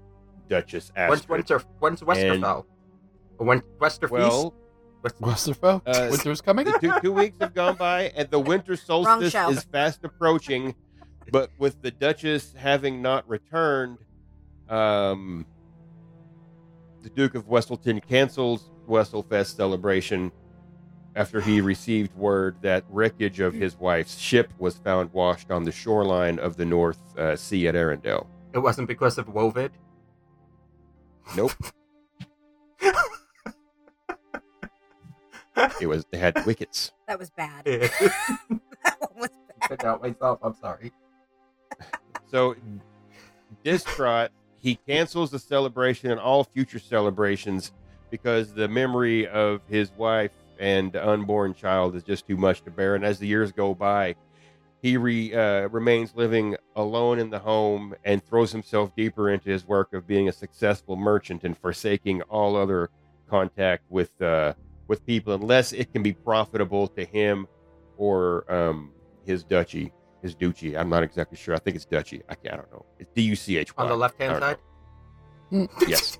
Duchess When's Astrid. Winter? When's Westerfell? When Westerfeast? Well, Westerfell? Uh, Winter's coming? the two, two weeks have gone by and the winter solstice show. is fast approaching but with the duchess having not returned um, the duke of wesselton cancels wesselfest celebration after he received word that wreckage of his wife's ship was found washed on the shoreline of the north uh, sea at arendelle it wasn't because of Wovid. [laughs] nope it was they had wickets That was bad. Yeah. [laughs] that one was Took out myself. I'm sorry. So, distraught, he cancels the celebration and all future celebrations because the memory of his wife and unborn child is just too much to bear. And as the years go by, he re, uh, remains living alone in the home and throws himself deeper into his work of being a successful merchant and forsaking all other contact with uh, with people unless it can be profitable to him or um, his duchy, his duchy. I'm not exactly sure. I think it's duchy. I, can't- I don't know. It's D U C H Y. On the left hand I don't side. Yes.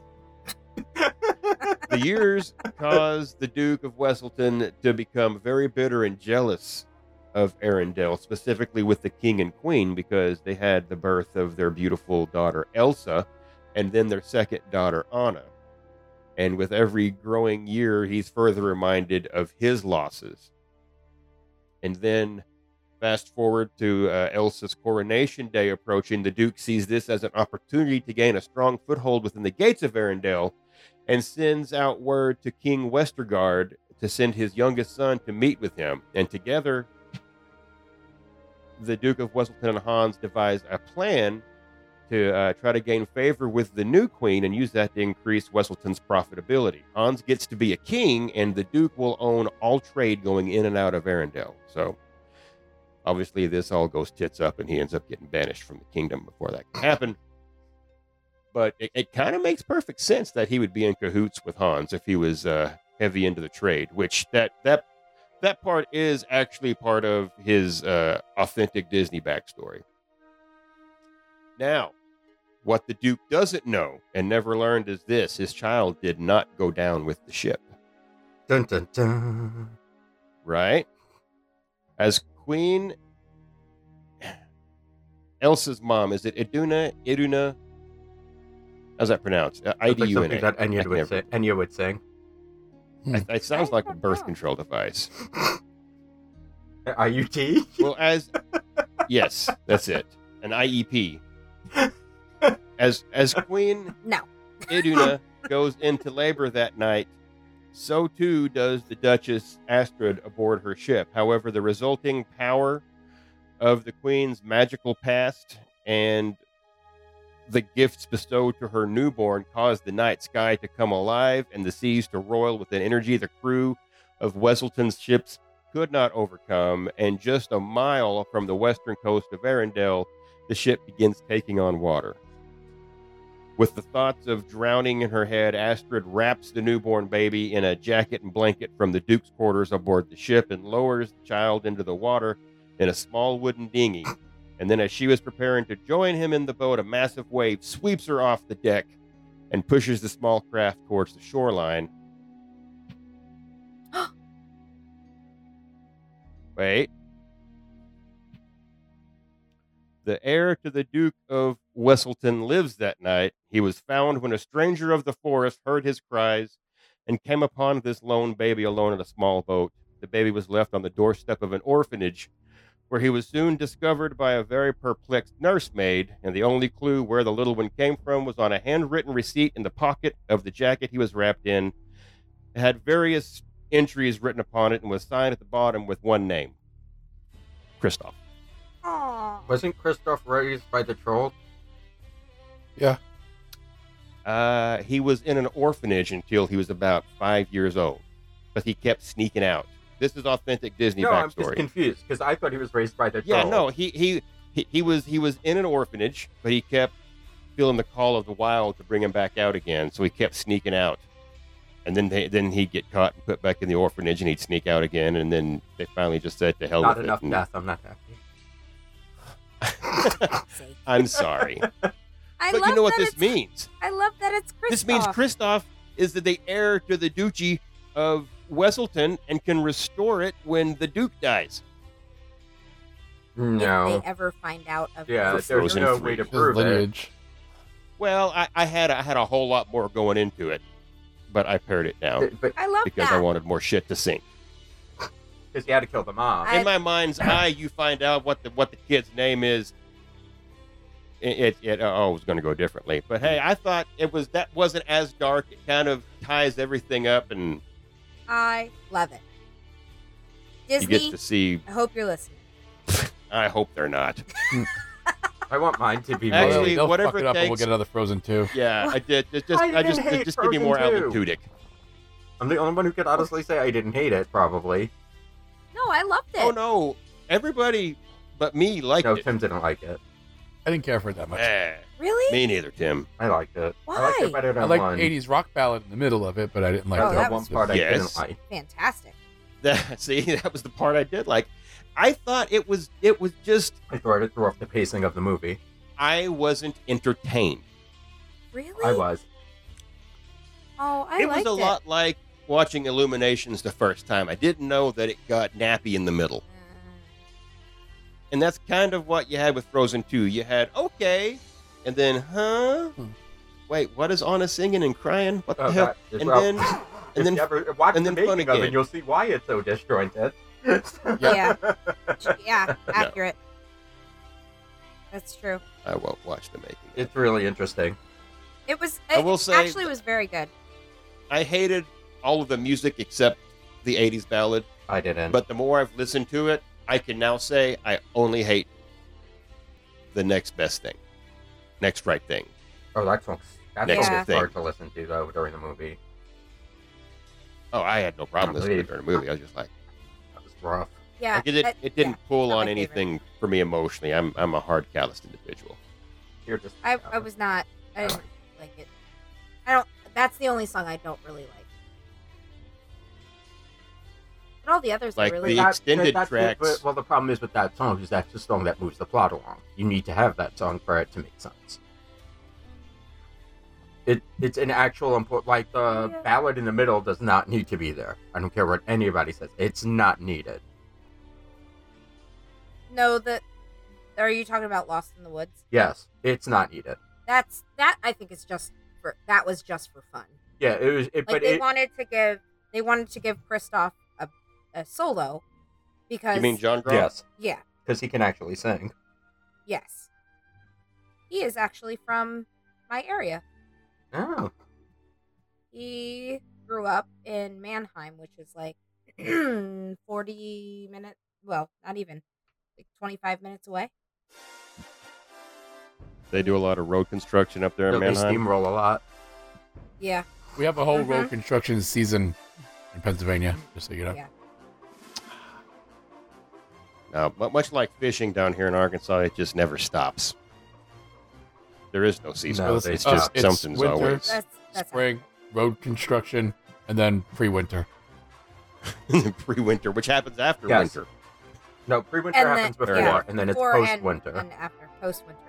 the years caused the Duke of Wesselton to become very bitter and jealous of Arendelle, specifically with the king and queen, because they had the birth of their beautiful daughter Elsa and then their second daughter Anna. And with every growing year, he's further reminded of his losses. And then Fast forward to uh, Elsa's coronation day approaching, the Duke sees this as an opportunity to gain a strong foothold within the gates of Arendelle and sends out word to King Westergard to send his youngest son to meet with him. And together, the Duke of Wesselton and Hans devise a plan to uh, try to gain favor with the new queen and use that to increase Wesselton's profitability. Hans gets to be a king, and the Duke will own all trade going in and out of Arendelle. So obviously this all goes tits up and he ends up getting banished from the kingdom before that can happen but it, it kind of makes perfect sense that he would be in cahoots with hans if he was uh, heavy into the trade which that that that part is actually part of his uh, authentic disney backstory now what the duke doesn't know and never learned is this his child did not go down with the ship Dun dun dun. right? As Queen Elsa's mom, is it Iduna? Iduna? How's that pronounced? Uh, Sounds like IDUNA. something that Enya I would, never- say, Enya [laughs] would sing. It- It sounds I like a don't birth know. control [laughs] device. IUT? Well, as yes, that's it. An IEP. As as Queen no. Iduna goes into labor that night, so too does the Duchess Astrid aboard her ship. However, the resulting power of the Queen's magical past and the gifts bestowed to her newborn caused the night sky to come alive and the seas to roil with an energy the crew of Wesselton's ships could not overcome. And just a mile from the western coast of Arendelle, the ship begins taking on water. With the thoughts of drowning in her head, Astrid wraps the newborn baby in a jacket and blanket from the Duke's quarters aboard the ship and lowers the child into the water in a small wooden dinghy. And then, as she was preparing to join him in the boat, a massive wave sweeps her off the deck and pushes the small craft towards the shoreline. Wait. The heir to the Duke of Wesselton lives that night. He was found when a stranger of the forest heard his cries and came upon this lone baby alone in a small boat. The baby was left on the doorstep of an orphanage where he was soon discovered by a very perplexed nursemaid, and the only clue where the little one came from was on a handwritten receipt in the pocket of the jacket he was wrapped in. It had various entries written upon it and was signed at the bottom with one name Christoph. Aww. Wasn't Christoph raised by the troll? Uh, he was in an orphanage until he was about five years old, but he kept sneaking out. This is authentic Disney no, I'm just backstory. confused because I thought he was raised by the yeah, troll. no, he, he he he was he was in an orphanage, but he kept feeling the call of the wild to bring him back out again. So he kept sneaking out, and then they, then he'd get caught and put back in the orphanage, and he'd sneak out again, and then they finally just said to hell Not with enough it. and- death. I'm not happy. Sake. I'm sorry, [laughs] I but love you know what that this it's- means. I love that it's Christoph. This means Kristoff is the, the heir to the duchy of Wesselton and can restore it when the Duke dies. If No. they ever find out of Yeah, this. there's frozen no fruit. way to His prove it. lineage. Well, I, I had I had a whole lot more going into it, but I pared it down But I love because that. I wanted more shit to sink. because he had to kill the mom. I- In my mind's eye, you find out what the what the kid's name is. It it, it oh, it was going to go differently, but hey, I thought it was that wasn't as dark. It kind of ties everything up, and I love it. you Disney, get to see. I hope you're listening. I hope they're not. I want mine to be Well, Actually, made. they'll fuck whatever it it up, and we'll takes- get another Frozen too. Yeah, I did. Just, just I I, didn't just hate just, just give me Frozen more too. altitudic. I'm the only one who could honestly say I didn't hate it. Probably. No, I loved it. Oh no! Everybody but me liked No, it. Tim didn't like it. I didn't care for it that much. Eh, Really? me neither, Tim. [laughs] I liked it. I liked Why? it better than I like one. 80s rock ballad in the middle of it, but I didn't like Oh, That's the- that the one was- part I Yes. didn't like. Fantastic. That, see, that was the part I did like. I thought it was it was just I thought it threw off the pacing of the movie. I wasn't entertained. Really? I was. Oh, I it was liked a lot like watching Illuminations the first time. I didn't know that it got nappy in the middle, Uh, and that's kind of what you had with Frozen Two. You had okay, and then huh? Hmm. Wait, what is Anna singing and crying? What the Oh, hell? that is and well. then If and then you ever watch and the then fun making of it, again. you'll see why it's so disjointed. [laughs] [laughs] Yeah. Uh, yeah, accurate. That's true. I won't watch the making. of it. It's really interesting. It was. I It will say- actually was very good. I hated all of the music except the 80s ballad, I didn't. but the more I've listened to it, I can now say I only hate the next best thing, next right thing. oh, that song's that Next song is thing. hard to listen to though during the movie. Oh, I had no problem listening to it during the movie. I was just like, That was rough. Yeah. like, it, did, that- it didn't pull not on my favorite. anything for me emotionally. I'm I'm a hard calloused individual. You're just. yeah. I, I was not. I didn't like it. I don't. That's the only song I don't really like. But all the others Like are really. the That- extended that's the- tracks. but- well, the problem is with that song is that's the song that moves the plot along. You need to have that song for it to make sense. It it's an actual important like the Yeah. ballad in the middle does not need to be there. I don't care what anybody says. It's not needed. no, the. Are you talking about Lost in the Woods? Yes, it's not needed. That's that. I think it's just for that was just for fun. Yeah, it was. It, Like but they it, wanted to give they wanted to give Kristoff a, a solo because You mean John Groff? yes, yeah because he can actually sing. yes he is actually from my area. Oh, He grew up in Mannheim, which is like [clears throat] forty minutes. Well, not even like twenty five minutes away. They do a lot of road construction up there so in they Manhattan. steamroll a lot. Yeah, We have a whole Mhm. road construction season in Pennsylvania, just so you know. Yeah. Now, mu- much like fishing down here in Arkansas, it just never stops. There is no season. No, they it's stop. just It's something's winter. always. Uh, that's that's Spring, road construction, and then pre-winter. [laughs] pre-winter, which happens after Yes. winter. No, pre-winter And happens then- before, yeah. and then it's Before and- post-winter. and after post winter.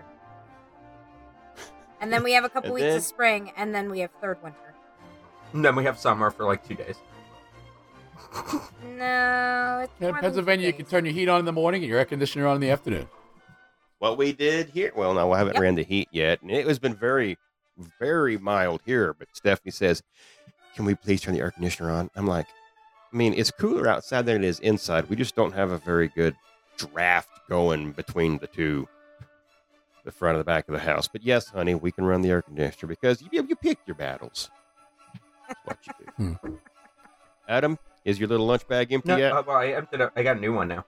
And then we [laughs] have a couple And weeks then- of spring, and then we have third winter. And then we have summer for like two days. No, it's In more than Pennsylvania, you two can days. turn your heat on in the morning and your air conditioner on in the afternoon. What we did here, well, no, I haven't Yep. ran the heat yet, and it has been very, very mild here. But Stephanie says, "Can we please turn the air conditioner on?" I'm like, "I mean, it's cooler outside than it is inside. We just don't have a very good draft going between the two, the front of the back of the house. But yes, honey, we can run the air conditioner because you, you pick your battles. That's what you do. Adam, is your little lunch bag empty No, yet? uh, well, I emptied up. I got a new one now.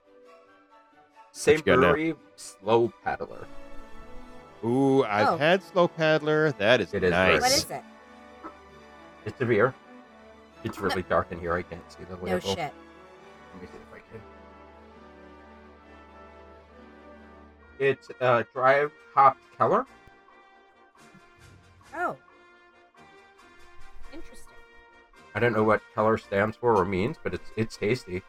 Same you got now? brewery, Slow Paddler. Ooh, I've Oh. had Slow Paddler. That is It is nice. very What is it? It's a beer. It's really dark in here. I can't see the No label. shit. Let me see if I can. It's uh, Drive Hop Keller. Oh. Interesting. I don't know what Keller stands for or means, but it's it's tasty.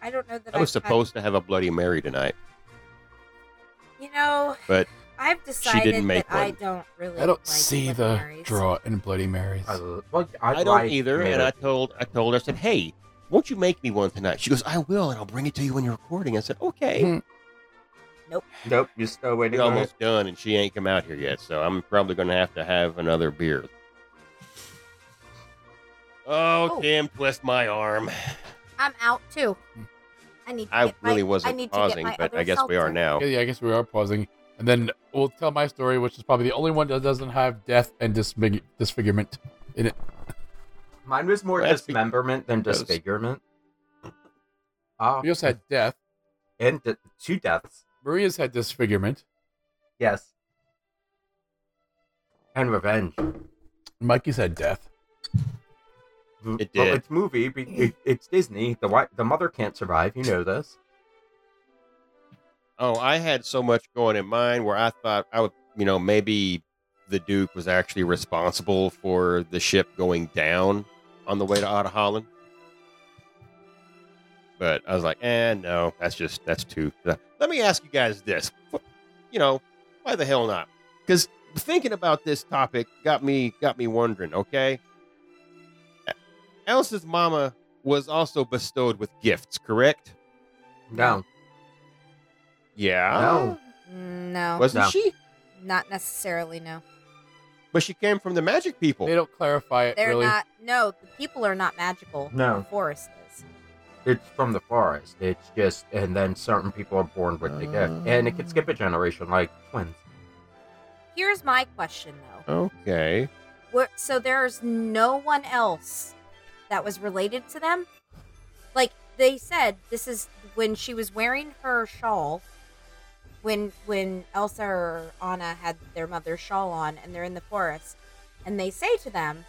I don't know that I was I've had- supposed to have a Bloody Mary tonight. you know, but I've decided make that I one. don't really. I don't like see Bloody the Marys. draw in Bloody Marys. I, lo- well, I, I don't like either. And tomato. I told I told her, I said, Hey, won't you make me one tonight? She goes, I will, and I'll bring it to you when you're recording. I said, Okay. Hmm. nope, you're still waiting. We're on it. almost done, and she ain't come out here yet, so I'm probably going to have to have another beer. Oh, Oh. Tim, twist my arm. I'm out too. I need. To I get my- really I wasn't need pausing, to get my but other I guess we are seltzer. now. Yeah, yeah, I guess we are pausing. And then we'll tell my story, which is probably the only one that doesn't have death and disfig- disfigurement in it. Mine was more That's be- dismemberment than Those- disfigurement. Ah, We also had death. and d- two deaths. Maria's had disfigurement. Yes. And revenge. Mikey's had death. It Well, did. it's movie. be- It, it's Disney. The wi- the mother can't survive. You know this. Oh, I had so much going in mind where I thought I would, you know, maybe the Duke was actually responsible for the ship going down on the way to Otta Holland. But I was like, eh, no, that's just, that's too. Let me ask you guys this. You know, why the hell not? Because thinking about this topic got me, got me wondering, okay? E, Alice's mama was also bestowed with gifts, correct? No. Yeah. No. Mm, No, Wasn't No. she? not necessarily. No, But she came from the magic people. They don't clarify it they're really. not. No, the people are not magical. No. the forest is. It's from the forest. It's just, and then certain people are born with the gift, and it can skip a generation, like twins. Here's my question though. Okay. What, so there's no one else that was related to them. Like they said, this is when she was wearing her shawl. When when Elsa or Anna had their mother's shawl on, and they're in the forest, and they say to them,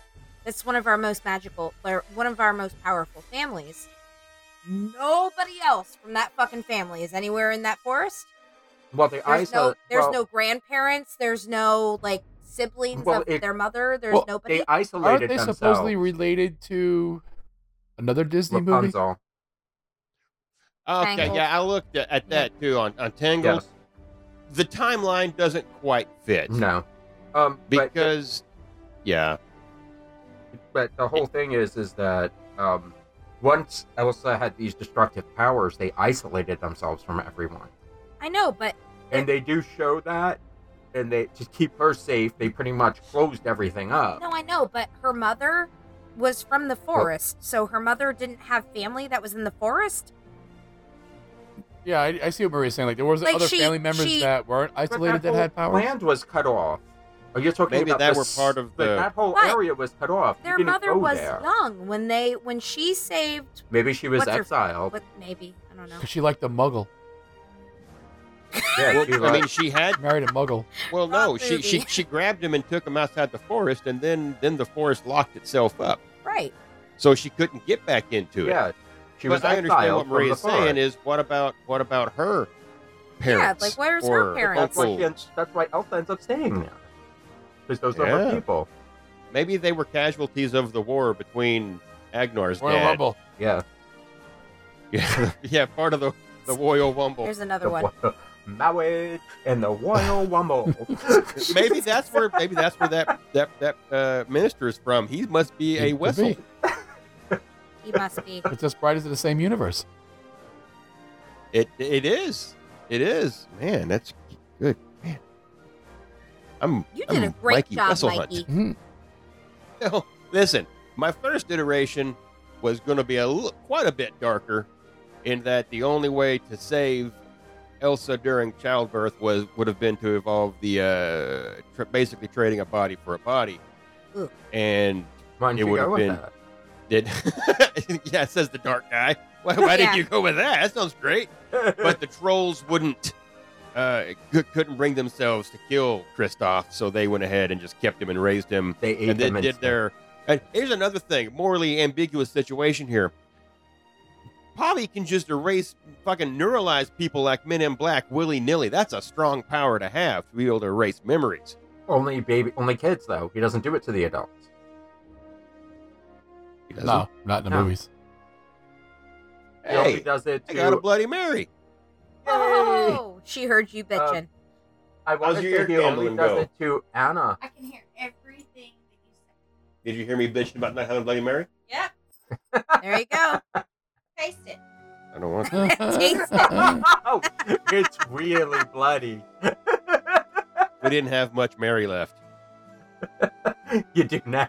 "That's one of our most magical, or one of our most powerful families." Nobody else from that fucking family is anywhere in that forest. Well, the There's eyes. no, are, there's well, no grandparents. There's no like siblings Well, of it- their mother. There's well, nobody. They Aren't isolated they themselves. supposedly related to another Disney movie? Rapunzel. Okay. Tangled. Yeah, I looked at, at that too on, on Tangled. Yes. The timeline doesn't quite fit No. Um, but the- because, yeah, but the whole thing is is that um, once Elsa had these destructive powers, they isolated themselves from everyone, I know, but and they do show that. And they to keep her safe, they pretty much closed everything up. no, I know, but her mother was from the forest, so her mother didn't have family that was in the forest. Yeah, I, I see what Maria's saying. Like there was Like, other she- family members she- that weren't But isolated that whole had powers. Land was cut off. Are you talking Maybe about that the were s- part of but the- that whole But area was cut off. You Their didn't mother go was there. young when they when she saved. Maybe she was What's her- exiled. But maybe I don't know. Because she liked a muggle. Yeah, Well, she I mean, was- she had. Married a muggle. Well, no, Rock she, she movie. she grabbed him and took him outside the forest, and then then the forest locked itself up, Right. so she couldn't get back into it. yeah, she but was I understand exiled what from the Maria's saying forest. is, what about what about her parents? like, where's her or parents? That's why, she uncles? ends, that's why Elsa ends up staying there. Because those are Hmm. Yeah. her people. Maybe they were casualties of the war between Agnar's Royal dad. Rumble. Yeah. Yeah, [laughs] yeah, part of the the Royal Rumble. There's [laughs] another one. The marriage and the royal [laughs] wumble. maybe that's where maybe that's where that that that uh, minister is from. He must be It a could Wessel. be. He must be. It's as bright as the same universe. It it is. It is. Man, that's good. Man, I'm. You I'm did Hmm, a great Mikey job, Wessel Mikey. Mhm. [laughs] Hunt. No, listen, my first iteration was going to be a l- quite a bit darker, in that the only way to save Elsa during childbirth was would have been to evolve the uh, tr basically trading a body for a body, Ugh. and Why didn't It you would've go with been- that? did [laughs] yeah says the dark guy. Why, why Yeah. did you go with that? That sounds great. but the trolls wouldn't uh, cou- couldn't bring themselves to kill Kristoff, so they went ahead and just kept him and raised him, [laughs] they ate and then them did instead. their. And here's another thing, morally ambiguous situation here. Poppy can just erase fucking neuralize people like Men in Black willy nilly. That's a strong power to have to be able to erase memories. only baby, only kids though. He doesn't do it to the adults. He doesn't. No, not in the No. [laughs] movies. [laughs] He only Hey, does it I to. got a Bloody Mary. Oh, she heard [laughs] Um, you bitching. I wanted your to he only gambling does go? it to Anna. [laughs] I can hear everything that you say. Did you hear me bitching about not having Bloody Mary? Yep, There you go. taste it. I don't want. Taste Oh, it's really bloody. we didn't have much Mary left. you do now.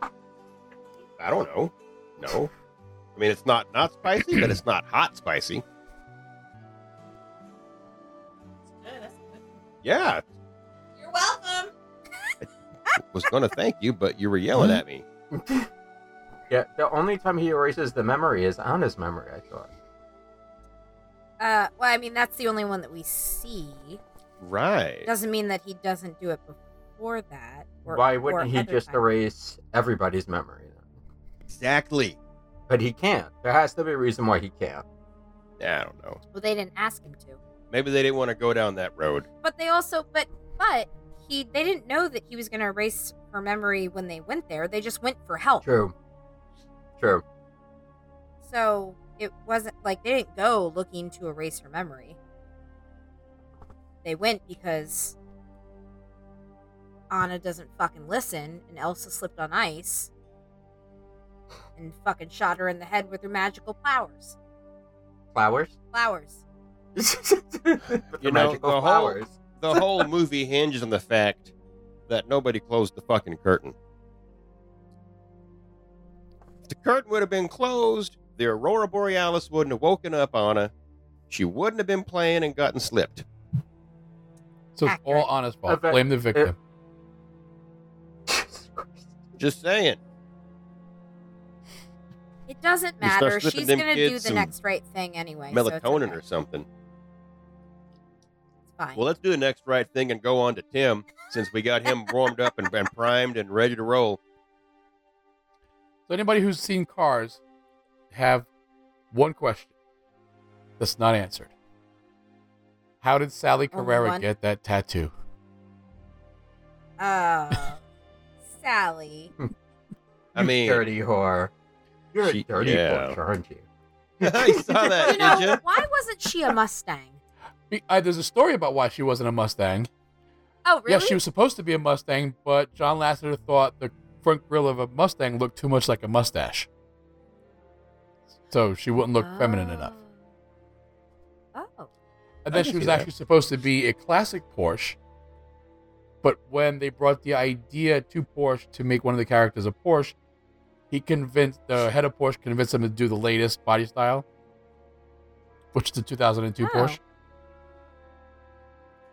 I don't know. No. I mean, it's not not spicy, but it's not hot spicy. It's good. Oh, That's good. Yeah, You're welcome. was gonna thank you, but you were yelling at me. [laughs] Yeah, the only time he erases the memory is Anna's memory. I thought. Uh, well, I mean, that's the only one that we see. Right. Doesn't mean that he doesn't do it before that. or- Why or wouldn't he other just times. erase everybody's memory? Then? Exactly. But he can't. There has to be a reason why he can't. Yeah, I don't know. Well, they didn't ask him to. Maybe they didn't want to go down that road. But they also, but but he, they didn't know that he was going to erase her memory when they went there. They just went for help. True. True. So it wasn't like they didn't go looking to erase her memory. They went because Anna doesn't fucking listen and Elsa slipped on ice and fucking shot her in the head with her magical powers. Flowers. [laughs] Flowers. you know, the whole- The whole movie hinges on the fact that nobody closed the fucking curtain. If the curtain would have been closed, the Aurora Borealis wouldn't have woken up Anna. She wouldn't have been playing and gotten slipped. So it's all Accurate. honest fault. Okay. Blame the victim. Just saying. It doesn't You start matter. slipping She's them gonna do kids the some next right thing anyway. so it's melatonin okay. or something. It's fine. Uh, Well, let's do the next right thing and go on to Tim since we got him warmed up and, and primed and ready to roll. So anybody who's seen Cars have one question that's not answered. How did Sally Only Carrera one? get that tattoo? Oh, Sally. I mean, dirty whore. You're She- a dirty yeah. whore, aren't you? [laughs] I saw that, you know, did you? why wasn't she a Mustang? Be- I, there's a story about why she wasn't a Mustang. Oh, really? Yeah, she was supposed to be a Mustang, but John Lasseter thought the front grill of a Mustang looked too much like a mustache. So she wouldn't look feminine enough. Oh. Ah. Oh. And I then can she was see that. actually supposed to be a classic Porsche. But when they brought the idea to Porsche to make one of the characters a Porsche, he convinced the head of Porsche convinced him to do the latest body style, which is the 2002 Oh. Porsche.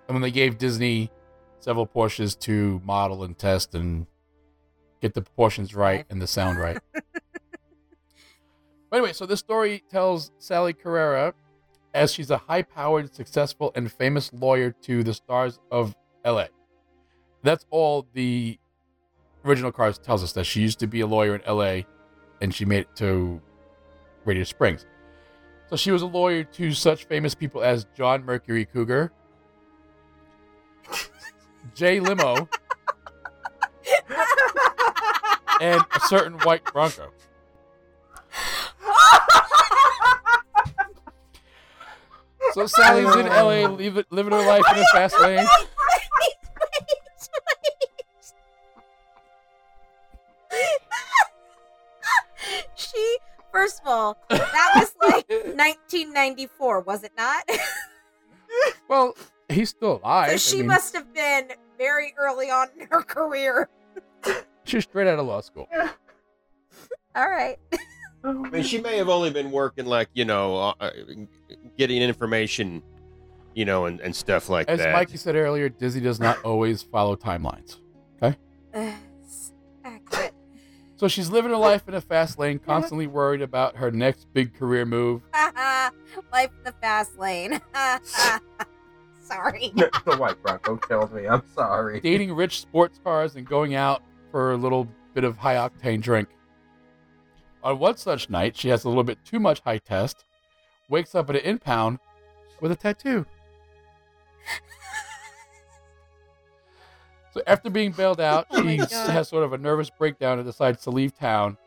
And when they gave Disney several Porsches to model and test and get the proportions right and the sound right. but anyway, so this story tells Sally Carrera as she's a high powered, successful, and famous lawyer to the stars of LA. That's all the original Cars tells us that she used to be a lawyer in LA and she made it to Radio Springs. So she was a lawyer to such famous people as John Mercury Cougar, Jay Limo, and a certain white Bronco. So Sally's in LA, leave- living her life in a fast [laughs] lane. she, first of all, that [laughs] was like 1994, was it not? [laughs] Well, he's still alive. so I she mean, must have been very early on in her career. [laughs] She's straight out of law school. All right. [sighs] I mean, she may have only been working like you know, uh, uh, getting information, you know, and, and stuff like As that. Mikey said earlier, Disney does not always follow timelines. It's accurate. So she's living her life in a fast lane, Uh-huh. constantly worried about her next big career move. Life the fast lane. [laughs] [laughs] Sorry. the white Bronco killed me. I'm sorry. dating rich sports cars and going out for a little bit of high octane drink. On one such night, she has a little bit too much high test, wakes up at an impound with a [laughs] tattoo. so after being bailed out, Oh my she God. has sort of a nervous breakdown and decides to leave town.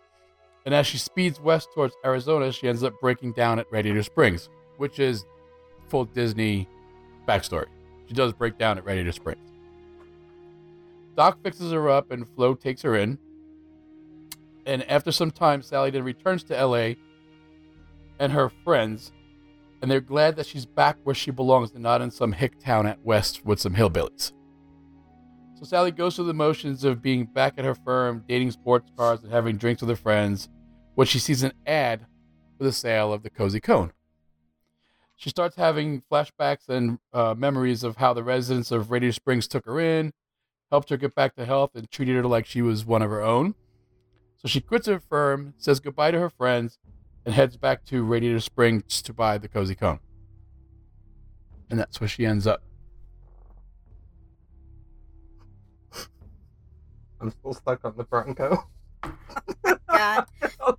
And as she speeds west towards Arizona, she ends up breaking down at Radiator Springs, which is full Disney backstory. She does break down at Radiator Springs. Doc fixes her up and Flo takes her in. And after some time, Sally then returns to LA and her friends, and they're glad that she's back where she belongs and not in some hick town at West with some hillbillies. So Sally goes through the motions of being back at her firm, dating sports cars, and having drinks with her friends when she sees an ad for the sale of the Cozy Cone. She starts having flashbacks and uh, memories of how the residents of Radiator Springs took her in, helped her get back to health, and treated her like she was one of her own. So she quits her firm, says goodbye to her friends, and heads back to Radiator Springs to buy the cozy cone. And that's where she ends up. I'm still stuck on the Bronco. God.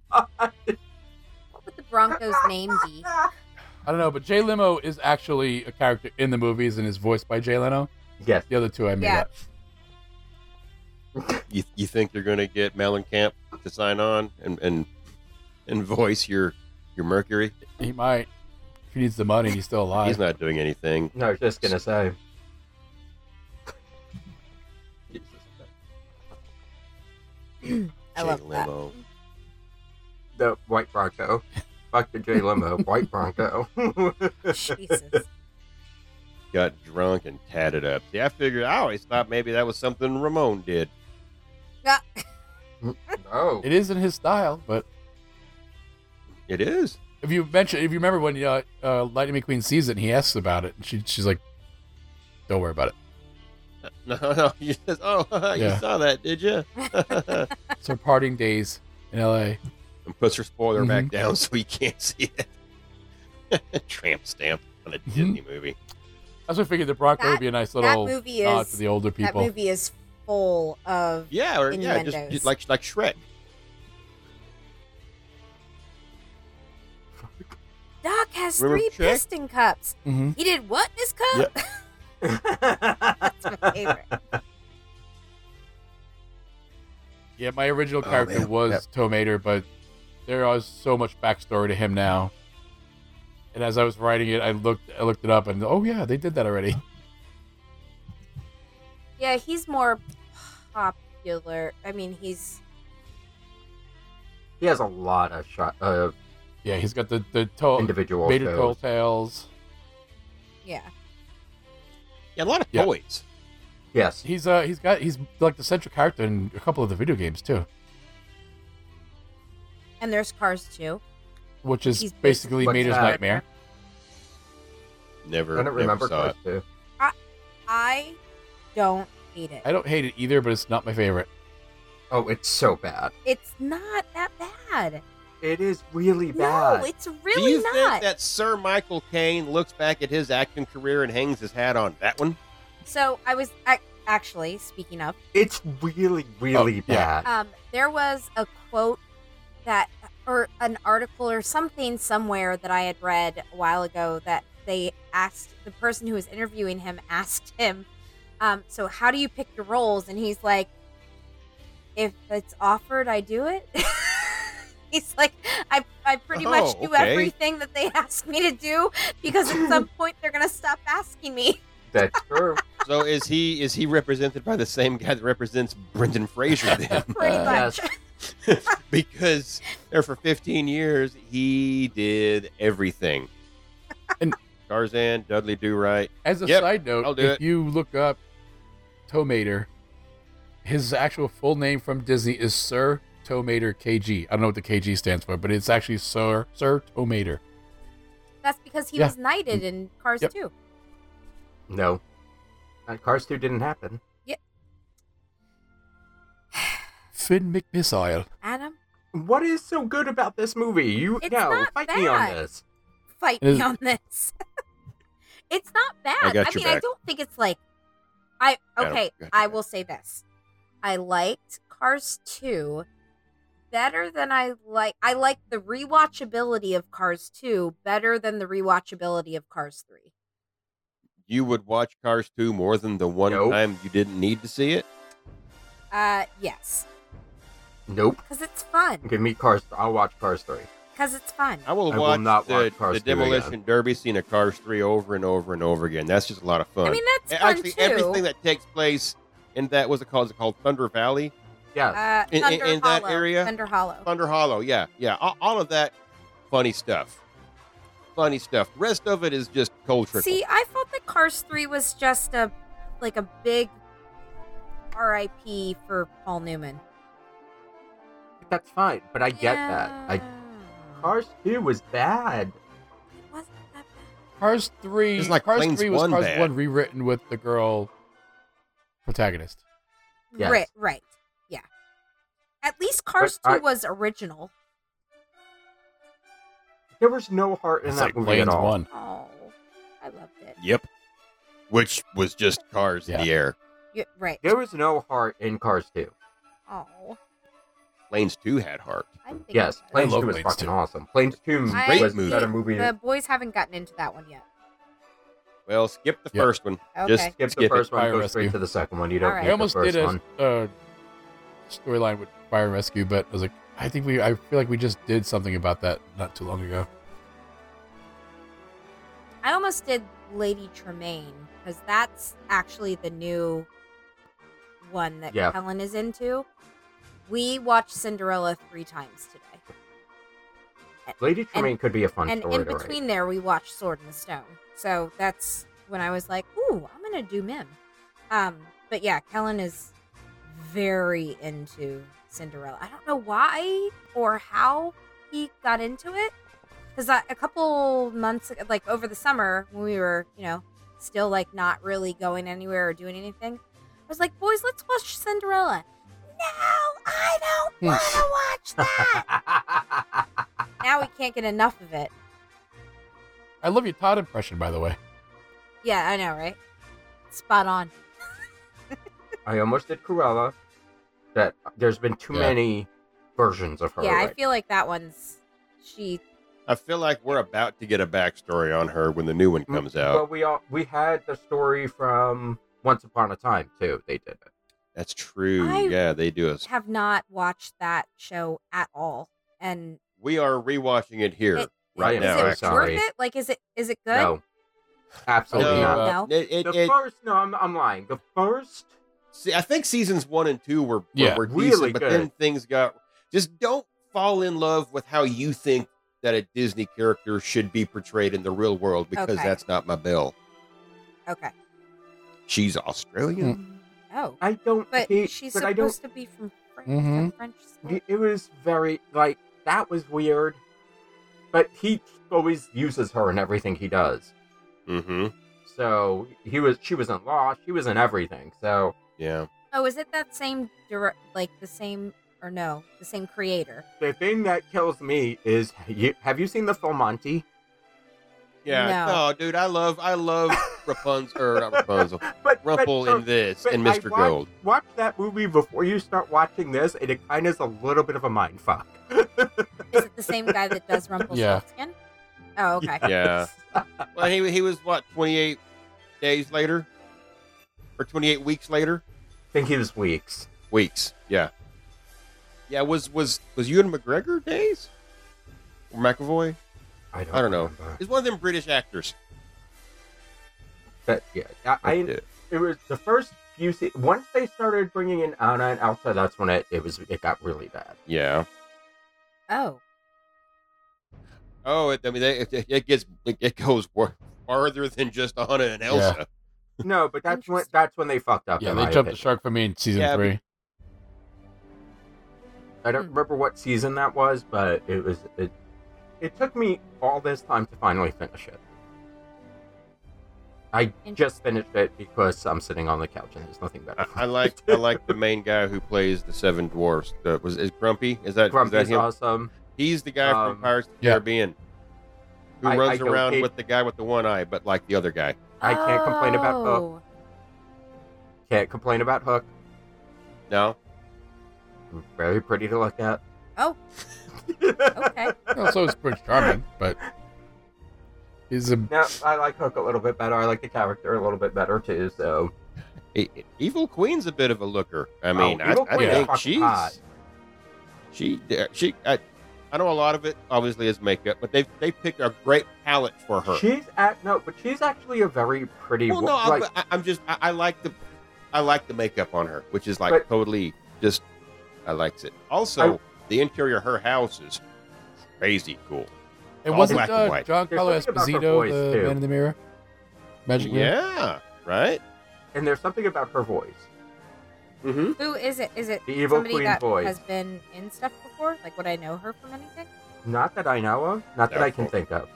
What would the Broncos name be? I don't know, but Jay Limo is actually a character in the movies and is voiced by Jay Leno. yes. The other two I made Yeah. up. you, you think you're going to get Mellencamp to sign on and and and voice your your Mercury? He might. If he needs the money, he's still alive. He's not doing anything. No, I was just gonna say. Jesus. I Jay love that. Leno. The white Bronco. Fuck the J Limo. White Bronco. [laughs] [laughs] Jesus. got drunk and tatted up. See, I figured I always thought maybe that was something Ramon did. no. [laughs] It is in his style, but It is. if you mention, if you remember when uh, uh, Lightning McQueen sees it, and he asks about it, and she, she's like, "Don't worry [laughs] about it. [laughs] No, no. You says, oh, [laughs] Yeah. you saw that, did you? and It's her parting days in L.A." puts her spoiler Mhm. back down [laughs] so he can't see it. [laughs] Tramp stamp on a Mm-hmm. Disney movie. That's what I figured the Bronco would be a nice That little movie nod is to the older that people. movie is full of Yeah, or yeah, just, Innuendos. just like like Shrek. Doc has Remember three Shrek? piston cups. Mm-hmm. He did what this cup? That's my favorite. Yeah, my original Oh, character man. was Tomater, but there is so much backstory to him now. And as I was writing it, I looked I looked it up, and oh yeah, they did that already. [laughs] Yeah, he's more popular. I mean, he's he has a lot of shot of Yeah, he's got the the to- individual Bader shows. Tails. yeah. Yeah, a lot of Yeah. toys. Yes. He's uh he's got he's like the central character in a couple of the video games too, And there's cars too. which is He's basically basically- Mater's What's that? nightmare. Never, I don't never remember saw Cars it. too. I don't hate it. I don't hate it either, but it's not my favorite. Oh, it's so bad. It's not that bad. It is really No, bad. it's really Do you not. think that Sir Michael Caine looks back at his acting career and hangs his hat on that one? So I was ac- actually speaking of. it's really, really Oh, yeah. bad. Um, there was a quote that, or an article or something somewhere that I had read a while ago that they asked the person who was interviewing him asked him, um, "So how do you pick your roles?" And he's like, "If it's offered, I do it." [laughs] He's like, I, I pretty much Oh, do okay. everything that they [laughs] ask me to do because at [laughs] some point they're gonna stop asking me. [laughs] That's true. So is he is he represented by the same guy that represents Brendan Fraser [laughs] then? Pretty Uh, much. yes. [laughs] because there for 15 years he did everything. And- Tarzan, Dudley Do Right. As a Yep, side note, I'll do if it. you look up Tomater, his actual full name from Disney is Sir Tomater KG. I don't know what the KG stands for, but it's actually Sir Sir Tomater. That's because he Yeah. was knighted in Cars Yep. 2. [laughs] No. Uh, Cars 2 didn't happen. Finn McMissile. Adam, What is so good about this movie? You It's no, not fight me on bad. this. fight It is- me on this. [laughs] it's not bad. I got your mean, I back. don't think it's like I Adam, I okay, got your I back. will say this. I liked Cars 2 better than I like I like the rewatchability of Cars 2 better than the rewatchability of Cars 3. You would watch Cars 2 more than the one Nope. time you didn't need to see it? Uh yes, Nope. cuz it's fun. Give me Cars. I'll watch Cars 3. Cuz it's fun. I will I will watch not the, watch Cars the 2 again. Demolition Derby scene of Cars 3 over and over and over again. That's just a lot of fun. I mean, that's And fun actually, too. everything that takes place in that was it called? Is it called Thunder Valley? Yes. uh, in- in- Thunder in that Hollow- area- Thunder Hollow. Thunder Hollow. Yeah, yeah. All, all of that funny stuff. Funny stuff. The rest of it is just cold trickle. See, I felt that Cars 3 was just a like a big RIP for Paul Newman. Uh, That's fine, but I get that. I Cars 2 was bad. wasn't that bad. Cars three. It's like Cars Planes three was One Cars bad. one rewritten with the girl protagonist. Yes. Right, right. Yeah. At least Cars 2 I- was original. There was no heart in It's that like movie at Planes all. one. Oh, I loved it. Yep. Which was just cars in the air. Yeah, right. There was no heart in Cars 2. Oh, Planes two had heart. I think it Yes, was. Planes love 2 was Planes fucking 2. awesome. Planes 2 I- was movie. a better movie. The boys haven't gotten into that one yet. Well, skip the Yeah. first one. Okay. Just Skip the skip first it. one, Fire go Rescue. straight to the second one. You don't All right. need I almost the first did a one. uh, storyline with Fire and Rescue, but I was like, I think we, I feel like we just did something about that not too long ago. I almost did Lady Tremaine because that's actually the new one that Yeah. Helen is into. We watched Cinderella three times today, Lady Tremaine could be a fun and story in to write. between there, we watched Sword in the Stone. So that's when I was like, "Ooh, I'm gonna do Mim." Um, but yeah, Helen is very into Cinderella. I don't know why or how he got into it, because a couple months, ag- like over the summer, when we were, you know, still like not really going anywhere or doing anything, I was like, "Boys, let's watch Cinderella." No, I don't want to watch [laughs] that. now we can't get enough of it. I love your Todd impression, by the way. Yeah, I know, right? Spot on. [laughs] I almost did Cruella. That there's been too Yeah. many versions of her. yeah, I right? feel like that one's she. I feel like we're about to get a backstory on her when the new one Mm, comes out. Well, we all we had the story from Once Upon a Time too. They did it. That's true. I- yeah, they do us. Have not watched that show at all, and We are rewatching it here It- right I am is now. it so worth actually. sorry. it? Like, is it is it good? No, No. absolutely not. Uh, No. It, it, the it- first, no, I'm, I'm lying. The first, see, I think seasons one and two were, were, Yeah. were Really decent, but then good. things got. Just don't fall in love with how you think that a Disney character should be portrayed in the real world because Okay. that's not my Belle. Okay. She's Australian. Oh, I don't but hate, she's but I don't. Mm-hmm. supposed to be from France. Mhm. from French school. It was very like that was weird, but he always uses her in everything he does. Mm-hmm. So he was, she was in Lost, she was in everything. So Yeah. Oh, is it that same direct? Like the same or no? The same creator? the thing that kills me is, [laughs] you, have you seen the film Monty? Yeah. No. No. dude, I love I love Rapunzel or not Rapunzel. [laughs] But Rumple but, in this but and I Mr. watched- [laughs] Gold. Watch that movie before you start watching this, and it kind of is a little bit of a mind fuck. Is it the same guy [laughs] that does Rumpelstiltskin? Oh, okay. Yeah. Well, he he was what twenty eight days later, or twenty eight weeks later. think it was weeks. Weeks, yeah, yeah. Was was was Ewan McGregor days? Or McAvoy I don't, I don't know. remember. is one of them British actors. But yeah, I, I Yeah. it was the first few. Se- once they started bringing in Anna and Elsa, that's when it, it was it got really [laughs] bad. yeah. Oh, Oh, it, I mean, they, it, it gets it, it goes wor- farther than just Anna and Elsa. No, but that's when that's when they fucked up. Yeah, in they my jumped the opinion. shark for me in season Yeah, but- three. I don't remember what season that was, but it was it. It took me all this time to finally finish it. I just finished it because I'm sitting on the couch and there's nothing [laughs] better. I, I like I like the main guy who plays the seven dwarfs. The, was is Grumpy? Is that, is that Grumpy's him? awesome. He's the guy Um, from Pirates of the Yeah. Caribbean who I- runs I don't around hate- with the guy with the one eye, but like the other guy. I can't complain about Hook. Oh. Can't complain about Hook. No, Very pretty to look at. Oh. Okay. [laughs] Well, so it's Prince Charming, but he's a [laughs] No, I like Hook a little bit better. I like the character a little bit better too. So E- E- Evil Queen's a bit of a looker. I mean, I, Oh, Evil I Queen's think fucking she's hot. she uh, she. I, I know a lot of it obviously is makeup, but they they picked a great palette for her. she's at no, but she's actually a very pretty. well, wo- no, like, I, I- I'm just I, I like the I like the makeup on her, which is like But- totally just I likes it. Also, the interior of her house is crazy cool. it all wasn't black uh, and white. John There's Carlo something about her Esposito, voice, the too. man in the mirror, magic mirror. Yeah, right. and there's something about her voice. Mm-hmm. Who is it? Is it The evil somebody queen that voice. has been in stuff before? Like, would I know her from anything? Not that I know of. Not that I can No. think of.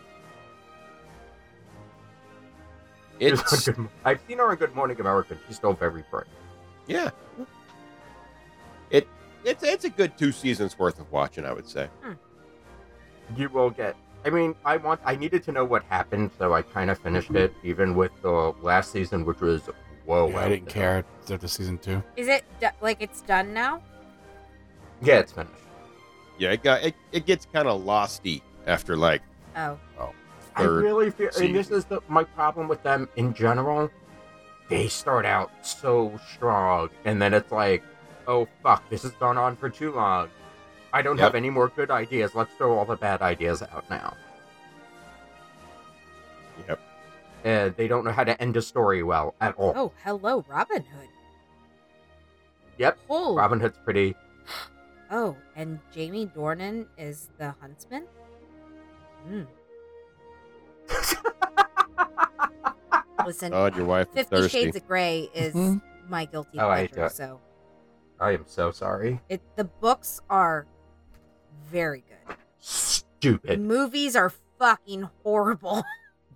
[laughs] She's on It's Good Mo- I've seen her on Good Morning America. and She's still very pretty. yeah. It it's it's a good two seasons worth of watching, I would say. You will get. I mean, I want. I needed to know what happened, so I kind of finished it, even with the last season, which was whoa. Oh, I out didn't there. care after season two. Is it do- like it's done now? Yeah, it's finished. Yeah, it got it, it gets kind of losty after like Oh, I third really feel, and this season. is the, my problem with them in general. They start out so strong, and then it's like, oh fuck, this has gone on for too long. I don't have Yep. any more good ideas. Let's throw all the bad ideas out now. Yep. And they don't know how to end a story well at all. oh, hello, Robin Hood. Yep. Holy. Robin Hood's pretty. Oh, and Jamie Dornan is the huntsman. [laughs] Hmm. Listen, God, your wife is Fifty Oh, thirsty. Shades of Grey is Mhm. my guilty Oh, I do- pleasure. so I am so sorry. it the books are very good. The Stupid. movies are fucking horrible.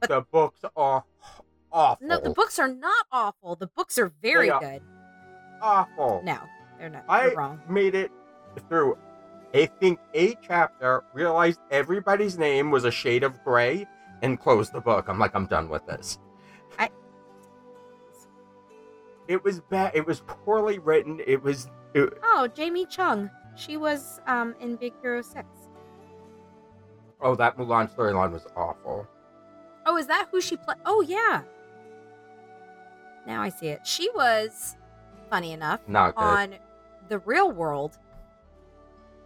the books are awful. No, the books are not awful. The books are very They are- good. awful. No, they're not. I- You're wrong. made it through, I think, a chapter, realized everybody's name was a shade of gray, and closed the book. I'm like, I'm done with this. I- It was bad. It was poorly written. It was. It, Oh, Jamie Chung. She was um in Big Hero Six. oh, that Mulan storyline was awful. Oh, is that who she played? Oh yeah. Now I see it. She was, funny enough, Not good. on the real world.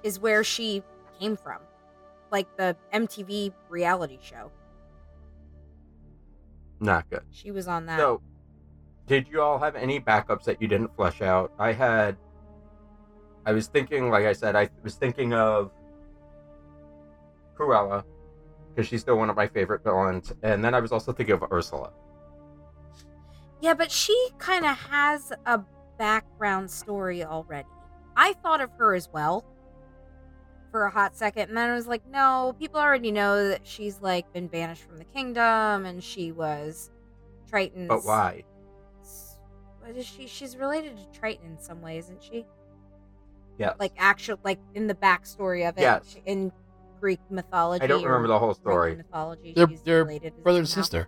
Is where she came from, like the MTV reality show. Not good. She was on that. So, did you all have any backups that you didn't flesh out? I had. I was thinking, like I said, I was thinking of Cruella because she's still one of my favorite villains, and then I was also thinking of Ursula. Yeah, but she kind of has a background story already. I thought of her as well for a hot second, and then I was like, no, people already know that she's like been banished from the kingdom, and she was Triton's. But why? What is she? She's related to Triton in some way, isn't she? Yeah, Like actual, like in the backstory of it, Yes. she- in Greek mythology. I don't or remember the whole Roman story. mythology. They're- she's they're related to Brother and somehow. sister.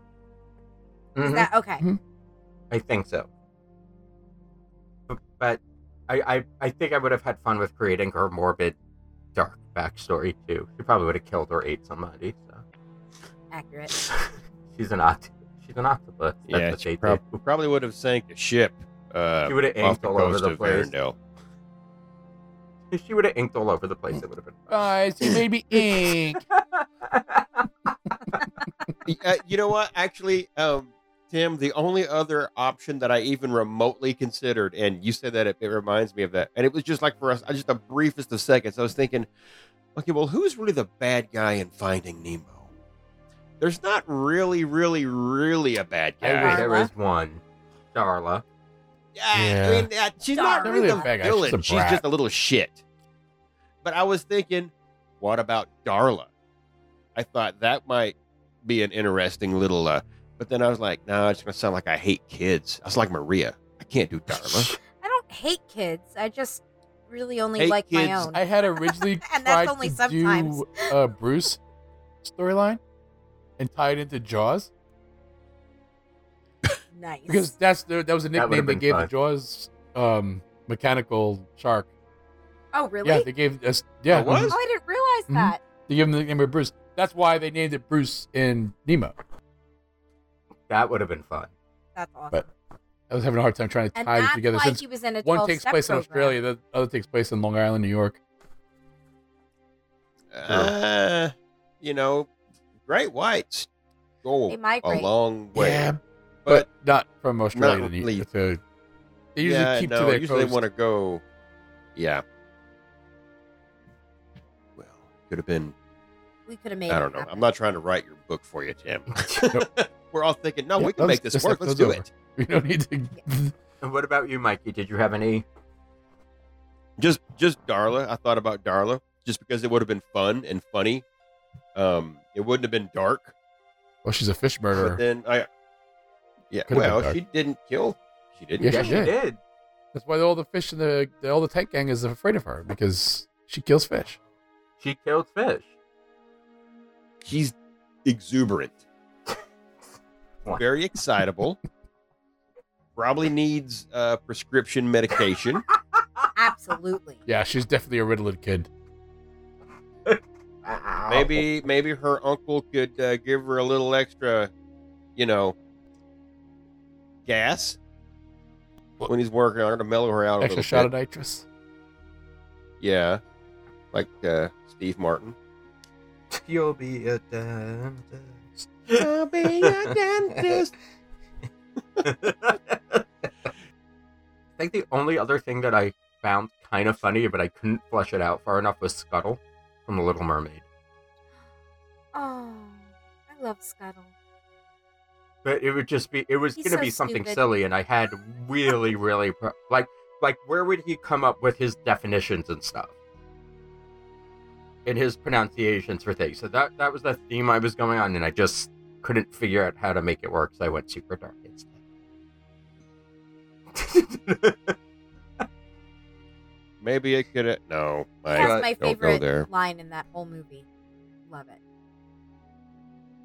Is Mhm, that okay? Mm-hmm. I think so. But, but I, I, I think I would have had fun with creating her morbid, dark backstory too. She probably would have killed or ate somebody. So Accurate. she's an oct- She's an octopus. That's yeah, what she they prob- do. probably would have sank a ship uh, She would have off inked the all over coast the of place. Arendelle. If she would have inked all over the place, it would have [laughs] been. Guys, you made me ink. [laughs] uh, you know what? Actually, um, Tim, the only other option that I even remotely considered, and you said that it, it reminds me of that, and it was just like for us, uh, just the briefest of seconds. I was thinking, okay, well, who's really the bad guy in Finding Nemo? There's not really, really, really a bad I guy. agree. there is one, Darla. Yeah, I Yeah. mean, uh, she's not Darla. really a Not really a bad guy, villain. she's a She's brat. just a little shit. But I was thinking, what about Darla? I thought that might be an interesting little. Uh, but then I was like, no, nah, it's gonna sound like I hate kids. I was like Maria. I can't [laughs] do Darla. I don't hate kids. I just really only Hate like my kids. own. I had originally And that's tried only to sometimes. do uh, Bruce storyline and tie it into Jaws nice. because that's the, that was a That nickname would've they been gave the fun. Jaws um, mechanical shark. oh really? Yeah, they gave us. Yeah, Oh, what? oh, I didn't realize Mhm. that. They gave him the name of Bruce. That's why they named it Bruce in Nemo. That would have been fun. That's awesome. But I was having a hard time trying to and tie that's it together why since he was in a one 12 takes step place program. in Australia, the other takes place in Long Island, New York. uh, you know, great whites go oh, They a migrate. long way. Yeah, but but, not from Australia not to, New really. York. to They usually yeah, keep no, to their usually coast. want to go. Yeah. Well, could have been. We could have made. I it don't know. I'm happen. not trying to write your book for [laughs] you, Tim. [laughs] We're all thinking, no, Yeah, we can let's- make this let's work. have Let's those do over. it. [laughs] We don't need to. And what about you, Mikey? Did you have any? Just, just Darla. I thought about Darla just because it would have been fun and funny. Um, it wouldn't have been dark. [laughs] Well, she's a fish But murderer. then I, Could yeah. have been well, dark. she didn't kill. She didn't. Yeah, kill. she did. That's why all the fish in the, the all the tank gang is afraid of her because she kills fish. She killed fish. She's [laughs] exuberant, Wow. very excitable. Probably needs uh, prescription medication. Absolutely. Yeah, she's definitely a Ritalin kid. Ow. Maybe maybe her uncle could uh, give her a little extra, you know, gas when he's working on her to mellow her out a Extra little shot bit. of nitrous. Yeah, like uh, Steve Martin. [laughs] You'll be a [laughs] dentist. I'll be a dentist. I think the only other thing that I found kind of funny, but I couldn't flesh it out far enough, was Scuttle from The Little Mermaid. Oh, I love Scuttle. But it would just be, it was He's going to so be something stupid. silly, and I had really, really, pro- like, like where would he come up with his definitions and stuff? And his pronunciations for things. So that that was the theme I was going on, and I just couldn't figure out how to make it work, so I went super dark instead. [laughs] Maybe it could. No, I That's my don't go there. favorite line in that whole movie. Love it.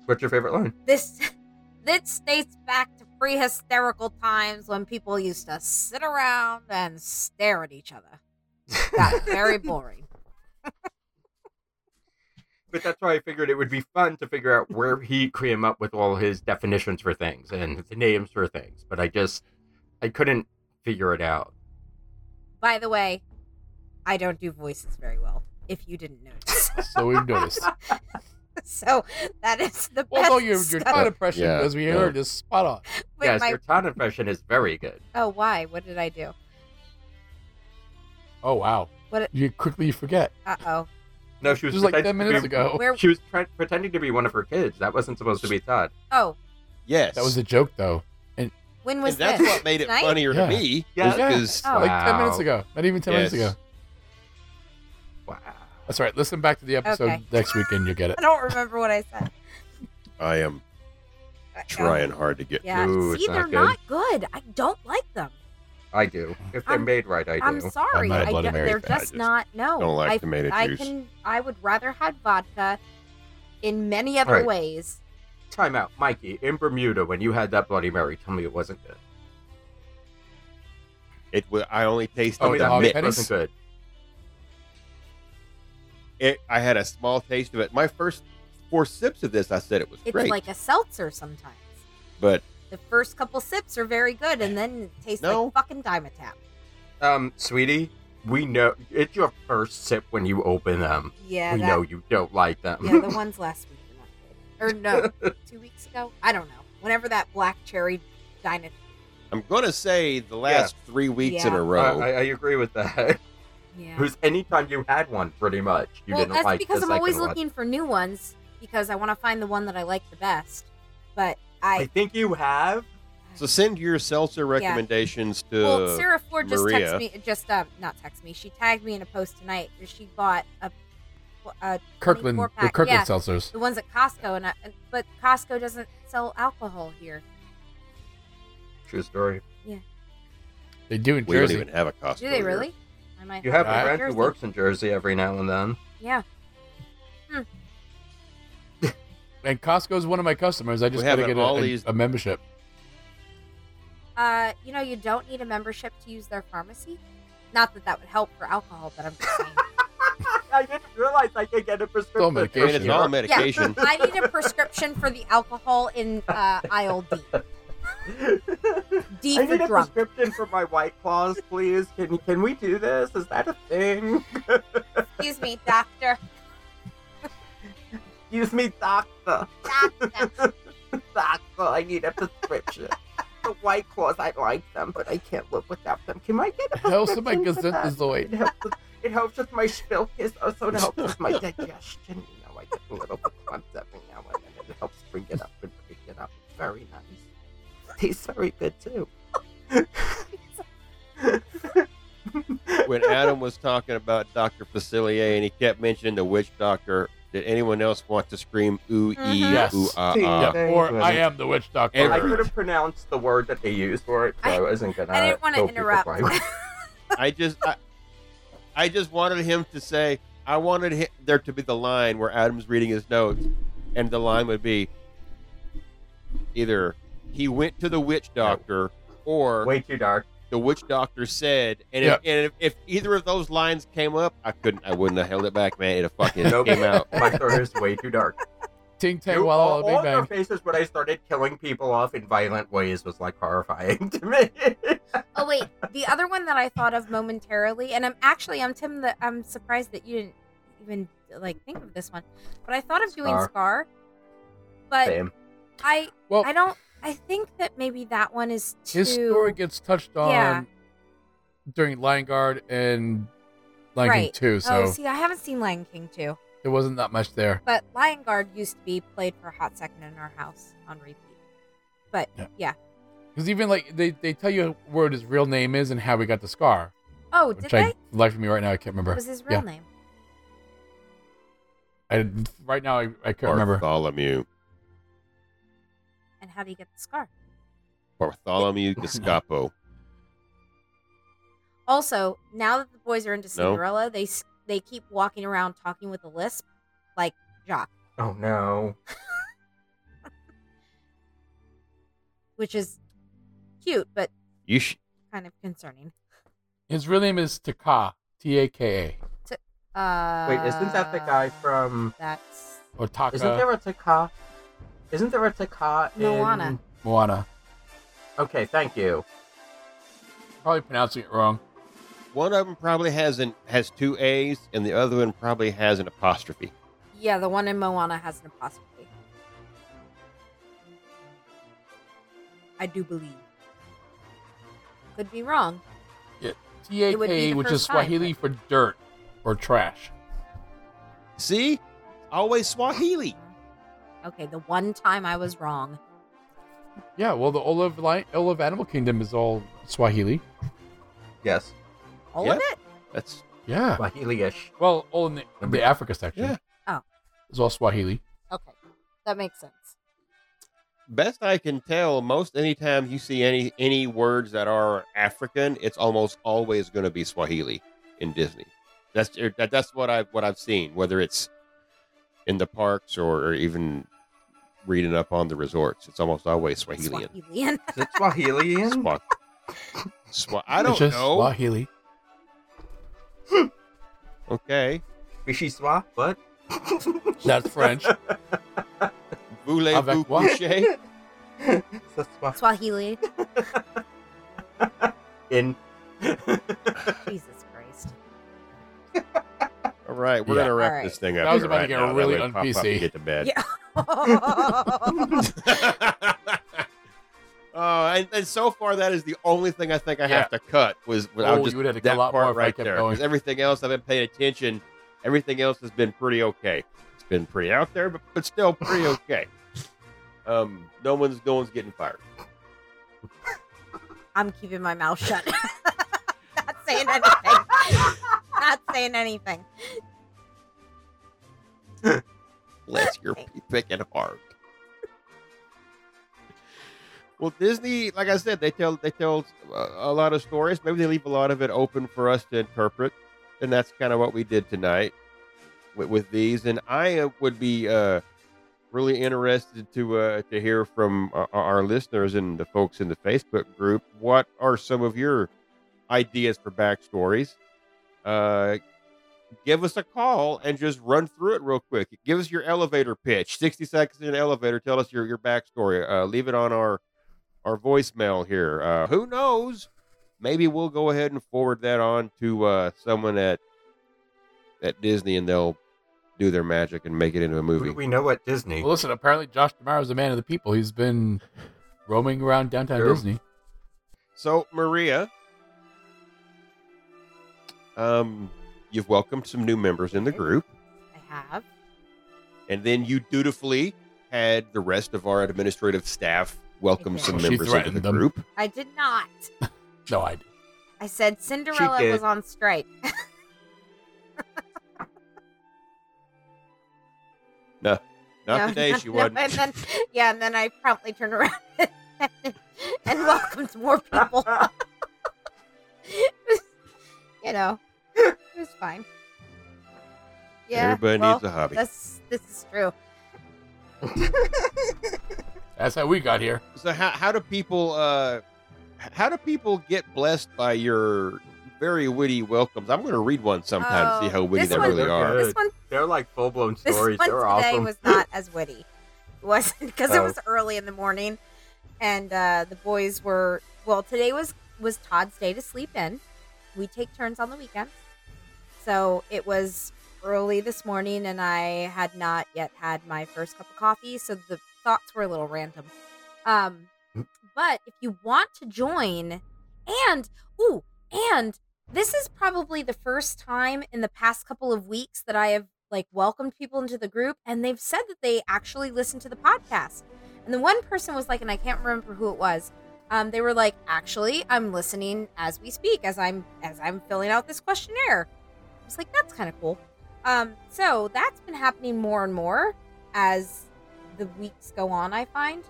What's your favorite line? This [laughs] this dates back to pre-hysterical times when people used to sit around and stare at each other. Got [laughs] very boring. but that's why I figured it would be fun to figure out where he came up with all his definitions for things and the names for things. But I just, I couldn't figure it out. By the way, I don't do voices very well. If you didn't notice, [laughs] So we've noticed. so that is the best. oh, Although your your stuff. time impression, Yeah, as we yeah. heard, is spot on. But yes, my- your town impression is very good. oh, why? What did I do? Oh wow! What- you quickly forget. Uh oh. No, she was, This was like ten pretending to minutes be- ago. Where? She was pre- pretending to be one of her kids. That wasn't supposed to be Todd. Oh, Yes, That was a joke though. when And was that's this? what made it Tonight? funnier Yeah. to me. Yeah. Yeah. because Oh. Like ten minutes Wow. ago. Not even ten minutes Yes. ago. Wow. That's all right. Listen back to the episode Okay. next week and you'll [laughs] get it. I don't remember what I said. I am I- trying hard to get. Oh. Yeah. Ooh, See, it's not they're good. not good. I don't like them. I do. If they're I'm- made right, I do. I'm sorry. not a I Bloody don't- Mary they're fan, I just, just not. No. Don't like I, tomato I juice. can. I would rather have vodka in many other Right. ways. Time out, Mikey. In Bermuda, when you had that Bloody Mary, tell me it wasn't good. It wa- I only tasted Tell Oh, me the that hog mix pennies? wasn't good. it. I had a small taste of it. My first four sips of this, I said it was It's great, like a seltzer sometimes. but The first couple sips are very good, and then it tastes No. like fucking Dimetapp. Um, sweetie, we know it's your first sip when you open them. Yeah. we that- know you don't like them. [laughs] yeah. The ones last week were not good. Or no, two weeks ago. I don't know. Whenever that black cherry Dyna I'm gonna say the last three weeks in Yeah. a I, row. I, I agree with [laughs] that. Yeah. Because anytime you had one, pretty much, you well, didn't that's like the because I'm always second one. looking for new ones because I want to find the one that I like the best. But I, I think you have. I, So send your seltzer recommendations to. well, Sarah Ford just Maria. texted me. Just um, not text me. She tagged me in a post tonight. where She bought a, a Kirkland, 24 the pack. Kirkland yeah, seltzers. the ones at Costco, and I, and- but Costco doesn't sell alcohol here. True story. They do in we Jersey. don't even have a Costco. Do they here. really? I might. You have Right. a friend who Jersey. works in Jersey every now and then. Yeah. And Costco is one of my customers. I just We got have to an get a, Ollie's- a, a membership. [laughs] Uh, you know, you don't need a membership to use their pharmacy. Not that that would help for alcohol, but I'm just saying. [laughs] I didn't realize I could get a prescription. Still I mean, it's medication. all [laughs] medication. I need a prescription for the alcohol in uh, aisle [laughs] D. [laughs] D I for need a drunk. prescription for my white claws, please. Can can we do this? Is that a thing? [laughs] Excuse me, [laughs] doctor. Use me, doctor. Doctor. [laughs] doctor, I need a prescription. the white claws, I like them, but I can't live without them. Can I get a Hell, somebody prescription for gets that? is the [laughs] way. It helps. With, it helps with my spilkis. Also, it helps with my digestion. You know, I get a little bit clumped every now and then. It helps bring it up and bring it up. It's very nice. Tastes very good too. when Adam was talking about Dr. Facilier and he kept mentioning the witch doctor, did anyone else want to scream ooh, ee, Mhm. Yes. ooh, ah, See, ah? that- Very Or good. I am the witch doctor. Every- I could have pronounced the word that they used for it, so I, I- wasn't gonna. I Uh, didn't want to go people interrupt. by [laughs] word. I just, I, I just wanted him to say, I wanted hi there to be the line where Adam's reading his notes, and the line would be either he went to the witch doctor or Way too dark. the witch doctor said, and, if, and if, if either of those lines came up, I couldn't, I wouldn't have held it back, man. It have fucking Nope. came out. My story is way too dark. Ting [laughs] Tang You- Walla Walla all Bang all their Bang. faces when I started killing people off in violent ways was like horrifying [laughs] to me. [laughs] oh wait, the other one that I thought of momentarily, and I'm actually I'm Tim. The, I'm surprised that you didn't even like think of this one, but I thought of doing Scar. Scar. But Same. Oh. I Well, I don't. I think that maybe that one is too. his story gets touched on Yeah. during Lion Guard and Lion King Right. 2, so Oh, see, I haven't seen Lion King too, there wasn't that much there. but Lion Guard used to be played for a hot second in our house on repeat. But Yeah. yeah. Because even like they, they tell you where his real name is and how he got the scar. Oh, did Which they? I life for me right now, I can't remember. What was his real Yeah. name? I right now I, I [laughs] can't remember. Bartholomew. And how do you get the scar? [laughs] Bartholomew Gascapo. Also, now that the boys are into Cinderella, they s- they keep walking around talking with a lisp, like Jock, Oh no. which is cute but You sh- kind of concerning. His real name is Taka, T A K Uh, Wait, isn't that the guy from? That's A, or Taka Isn't there a Taka? Isn't there a Taka in? Moana. Moana. Okay, thank you. Probably pronouncing it wrong. One of them probably has an has two A's, and the other one probably has an apostrophe. yeah, the one in Moana has an apostrophe. I do believe. Could be wrong. T A would be K, the which is first time, Swahili for dirt or trash. See, always Swahili. Okay, the one time I was wrong. Yeah, well, the Olive Lion, Olive Animal Kingdom is all Swahili. Yes. All of Yep. it? That's Yeah. Swahili-ish. Well, all in the, the Africa section. Yeah. Oh. It's all Swahili. Okay. That makes sense. best I can tell. Most anytime you see any any words that are African, it's almost always going to be Swahili in Disney. That's er, that, that's what I've what I've seen, whether it's in the parks or, or even reading up on the resorts. It's almost always Swahilian. [laughs] Swahilian. Is it Swahilian? Swa- Swa- I It's don't just know. Swahili. Okay. Fishy Swa? What? That's French. Voulez-vous Avec moi? coucher? It's a Swa- Swahili. in. Jesus Christ. [laughs] All right, we're Yeah. gonna wrap All right. this thing up. That was here about to right get now. That really way we pop up un-PC. and Get to bed. Yeah. [laughs] oh, and, and so far that is the only thing I think I have to cut was Oh, I was just you would have to cut that a lot more part if I right kept there. going. 'Cause Everything else I've been paying attention. Everything else has been pretty okay. It's been pretty out [sighs] there, but, but still pretty okay. Um, no one's no one's getting fired. I'm keeping my mouth shut. [laughs] Not saying anything. Not saying anything. Bless [laughs] your pick and heart. Well, Disney, like I said, they tell they tell uh, a lot of stories. Maybe they leave a lot of it open for us to interpret, and that's kind of what we did tonight with, with these. And I uh, would be uh, really interested to uh, to hear from our, our listeners and the folks in the Facebook group. What are some of your ideas for backstories? Uh, give us a call and just run through it real quick. Give us your elevator pitch, 60 seconds in an elevator. Tell us your, your backstory. Uh, leave it on our, our voicemail here. Uh, who knows? Maybe we'll go ahead and forward that on to uh, someone at, at Disney and they'll do their magic and make it into a Who movie. do we know at Disney? Well, listen, apparently Josh Damaro is a man of the people. He's been roaming around downtown Sure. Disney. So, Maria, um, you've welcomed some new members in the group. I have. And then you dutifully had the rest of our administrative staff welcome some She members into the Oh, threatened them. group. I did not. No, I do. I said Cinderella did. was on strike. Not No, [laughs] today, no, she no, wasn't. And [laughs] then, yeah, and then I promptly turned around [laughs] and, welcomed more people. [laughs] you know, it was fine. Yeah, Everybody well, needs a hobby. That's this is true. That's how we got here. So how, how do people uh h- how do people get blessed by your very witty welcomes? I'm going to read one sometime to Oh, see how witty this they one- really are. Good. This one, They're like full blown [laughs] this stories. one They're today awesome. was not as witty. It wasn't because it Oh. was early in the morning, and uh, the boys were. Well, today was was Todd's day to sleep in. We take turns on the weekends, so it was early this morning, and I had not yet had my first cup of coffee, so the thoughts were a little random. Um, Mm. but if you want to join, and ooh, and this is probably the first time in the past couple of weeks that I have like welcomed people into the group and they've said that they actually listen to the podcast. And the one person was like, and I can't remember who it was. Um, they were like, actually, I'm listening as we speak, as I'm as I'm filling out this questionnaire. I was like, that's kind of cool. Um, so that's been happening more and more as the weeks go on. I find.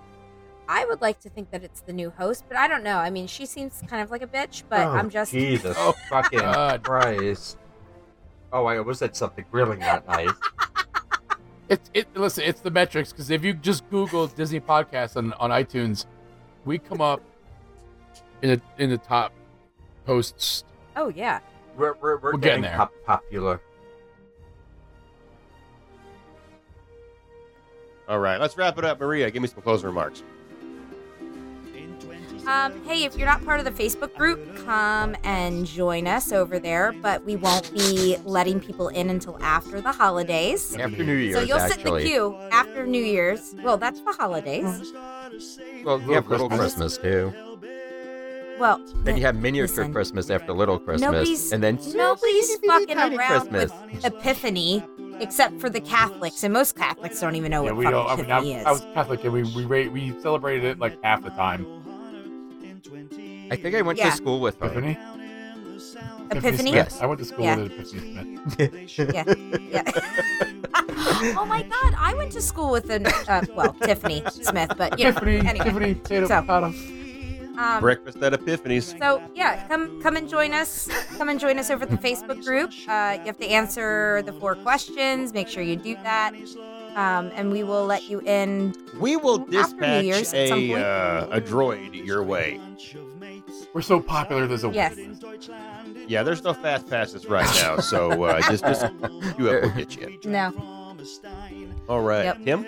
I would like to think that it's the new host, but I don't know. I mean, she seems kind of like a bitch, but Oh, I'm just Jesus Oh, fucking God. Christ. Oh, I almost said something really not nice. It's it. Listen, it's the metrics because if you just Google Disney podcasts on, on iTunes, we come up in the in the top posts. oh yeah. We're, we're, we're We're getting getting, there. pop- popular. All right, let's wrap it up. Maria, give me some closing remarks. Um, hey, if you're not part of the Facebook group, come and join us over there. But we won't be letting people in until after the holidays. After New Year's, So you'll sit in the actually. queue after New Year's. Well, that's the holidays. Well, yeah, for little Christmas. too. Well, Then you have miniature Listen. Christmas after little Christmas, nobody's and then nobody's fucking tiny around Christmas. with Epiphany except for the Catholics, and most Catholics don't even know yeah, what we fucking all. I mean, I, Epiphany is. I was Catholic and we we ra- we celebrated it like half the time. I think I went Yeah. to school with uh, her. Epiphany. Epiphany? Smith. Yes. I went to school Yeah. with Epiphany Smith. yeah, yeah. [laughs] oh my God, I went to school with an uh, well Tiffany Smith, but you know, Epiphany. anyway. Epiphany. Potato. So- potato. Um, Breakfast at Epiphany's. So yeah, come come and join us. Come and join us over at the Facebook group. Uh, you have to answer the four questions. Make sure you do that, um, and we will let you in. We will After New dispatch Year's at some a point. uh, a droid your way. We're so popular. There's a Yes. Yeah, there's no fast passes [laughs] right now, so uh, just just you up, we'll get you. No, All right, Yep. Tim.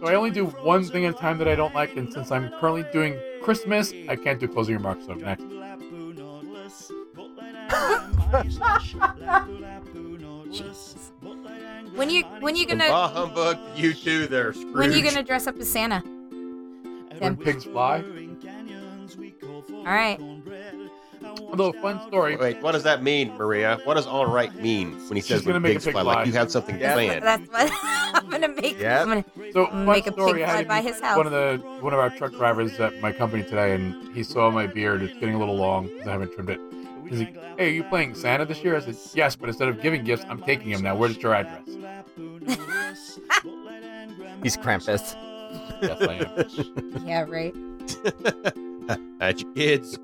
So I only do one thing at a time that I don't like, and since I'm currently doing Christmas, I can't do closing remarks. So next. when you when you And gonna bah humbug, to you too. There, Scrooge. when you gonna dress up as Santa? Tim. Pigs fly. All right. a little fun story. Wait, what does that mean, Maria? What does all right mean when he She's says gonna when make a pigs big fly? lie. Like you have something Yeah. [laughs] planned. That's what I'm gonna make. Yep. I'm gonna So fun make a pig story. I fly had by his house. one of the one of our truck drivers at my company today, and he saw my beard. It's getting a little long because I haven't trimmed it. He's like, "Hey, are you playing Santa this year?" I said, "Yes, but instead of giving gifts, I'm taking him now. Where's your address?" He's Krampus. Yes, I am. yeah, right. At your kids.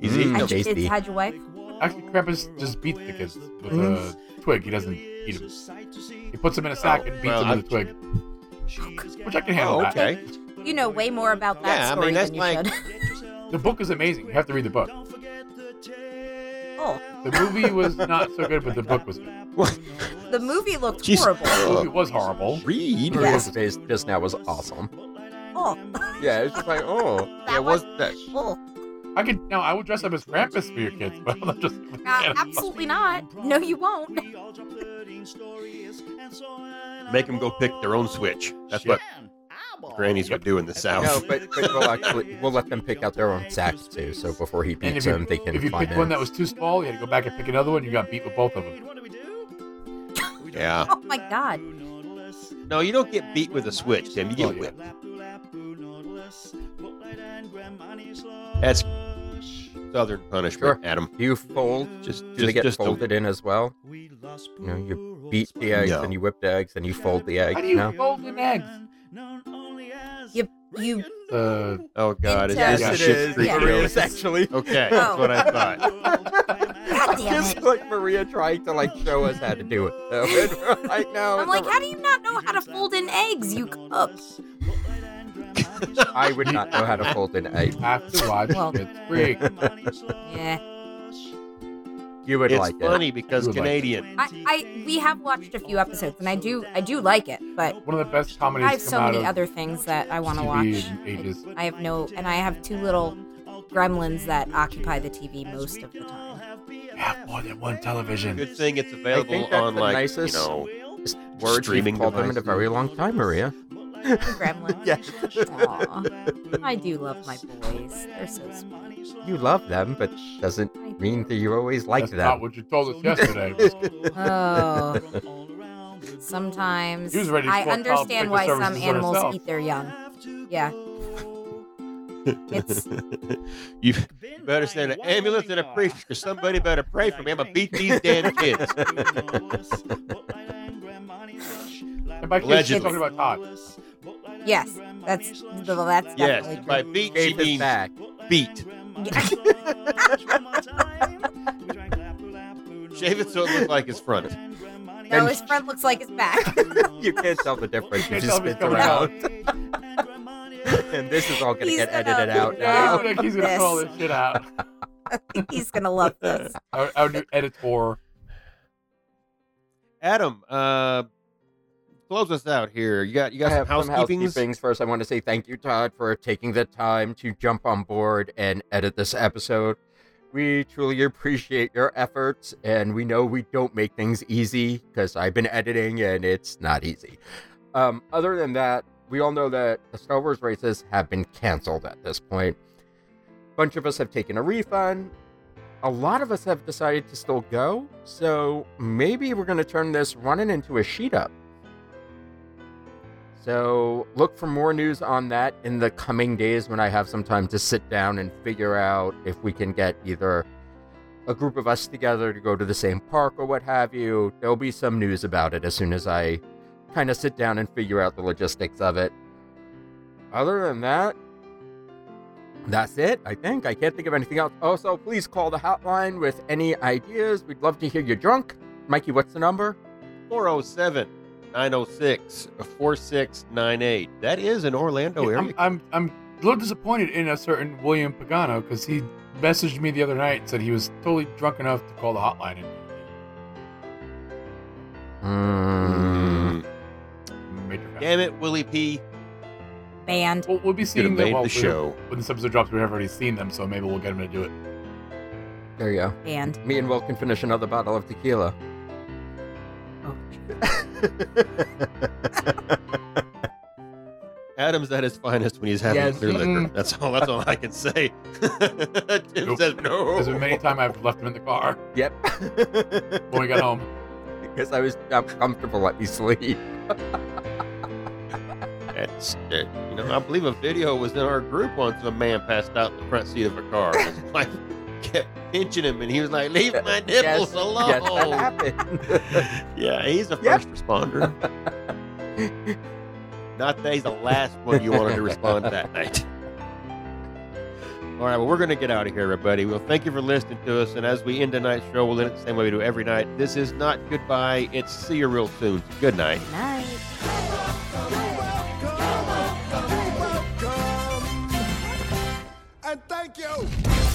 He's eating Mm. them. Actually- Had your tasty. kids had your wife? Actually, Krampus just beats the kids with a Mm-hmm. twig. He doesn't eat them. He puts them in a sack and beats Oh, well, them with I- a twig, which I can handle. Oh, that. okay. You know way more about that Yeah, I mean, story that's than you like- should. [laughs] The book is amazing. You have to read the book. oh, The movie was not so good, but the book was good. the movie looked Jeez. horrible. The movie was horrible. Read. Maria's face just now was awesome. Oh, [laughs] Yeah, it's just like, oh, That yeah, was that? oh. I could now. I would dress up as Krampus for your kids, but [laughs] I'm not just. Uh, absolutely not. No, you won't. [laughs] Make them go pick their own switch. That's what grannies would do in the South. No, but, but we'll actually we'll let them pick out their own sacks too. So before he And beats if you, them, they can if you find picked one it. that was too small, you had to go back and pick another one. You got beat with both of them. Yeah. Oh my god. No, you don't get beat with a switch, Tim. You get Oh, yeah. whipped. That's Southern punishment, Adam. Do you fold? Just, Do they just, get just a, folded in as well? You know, you beat the eggs No. and you whip the eggs and you fold the eggs. How do you no? fold an egg? You you Uh, oh god, is Yes, this it shit creek Yeah. [laughs] really? Oh. is actually. Okay, that's what I thought. God damn [laughs] Just it. like Maria trying to like show us how to do it. So, and [laughs] we're like, no, it's I'm like, all how do you not know how to fold in eggs, you cook? right. I would not know how to fold an egg. have to watch Well- Schitt's Creek. [laughs] Yeah. You [laughs] would It's like funny it. because You would like Canadian. I, I we have watched a few episodes and I do I do like it, but One of the best comedies I have so come out of many other things that I want to TV watch. in ages. I have no and I have two little gremlins that occupy the TV most of the time. Yeah, more than one television. Good thing it's I available think that's on the like nicest you know Words streaming you've called them in a devices. very long time, Maria. Gremlins. Yeah. Aw. I do love my boys. They're so sweet. You love them, but doesn't I do. mean that you always like That's not them. what you told us yesterday. Oh. Sometimes He was ready to I throw a child understand protective why some services on animals herself. eat their young. Yeah. It's [laughs] you better send an ambulance and a priest because somebody better pray for me. I'm gonna beat these damn [laughs] kids. and by kids, she's Allegedly. talking about Todd. yes. That's well, that's definitely Yes, true. by beat she Gave it means [laughs] back. beat. Yeah. [laughs] Shave it so it looks like his front. no, his front looks like his back. [laughs] You can't tell the difference. You It can't just tell if spits it's coming out. around. [laughs] and this is all going to He's get gonna- edited out Yeah. now. He's gonna- he's gonna call this shit out. He's gonna love this. Our, our new editor. Adam, uh, close us out here. You got you got I some have some housekeepings. housekeepings first. I want to say thank you, Todd, for taking the time to jump on board and edit this episode. We truly appreciate your efforts, and we know we don't make things easy because I've been editing and it's not easy. Um, other than that, we all know that the Star Wars races have been canceled at this point. bunch of us have taken a refund. A lot of us have decided to still go, so maybe we're going to turn this running into a sheet up. So look for more news on that in the coming days when I have some time to sit down and figure out if we can get either a group of us together to go to the same park or what have you. There'll be some news about it as soon as I kind of sit down and figure out the logistics of it. Other than that, that's it, I think. I can't think of anything else. Also, please call the hotline with any ideas. We'd love to hear you drunk. Mikey, what's the number? 407 906 4698. That is an Orlando Yeah, area. I'm, I'm I'm a little disappointed in a certain William Pagano because he messaged me the other night and said he was totally drunk enough to call the hotline. And Mm. major fact. Damn it, Willie P. Band. Well, we'll be Should have seeing them made well, the we- show. when this episode drops. We have already seen them, so maybe we'll get him to do it. There you go. Band. Me and Will can finish another bottle of tequila. Oh. Adam's at his finest when he's having Yes. clear liquor. Mm. That's all. That's all I can say. [laughs] Tim Nope. says no. There's [laughs] been many times I've left him in the car Yep. when we got home. Because I was I'm comfortable. Let me sleep. That's it. You know, I believe a video was in our group once of a man passed out in the front seat of a car. His [laughs] wife kept pinching him, and he was like, "Leave my nipples Yes, Yes, that alone." happened. [laughs] yeah, he's a Yeah. first responder. Not that he's the last one you wanted to respond to that night. All right, well, we're going to get out of here, everybody. Well, thank you for listening to us. And as we end tonight's show, we'll end it the same way we do every night. This is not goodbye. It's see you real soon. Good night. Nice. Welcome, welcome, and thank you.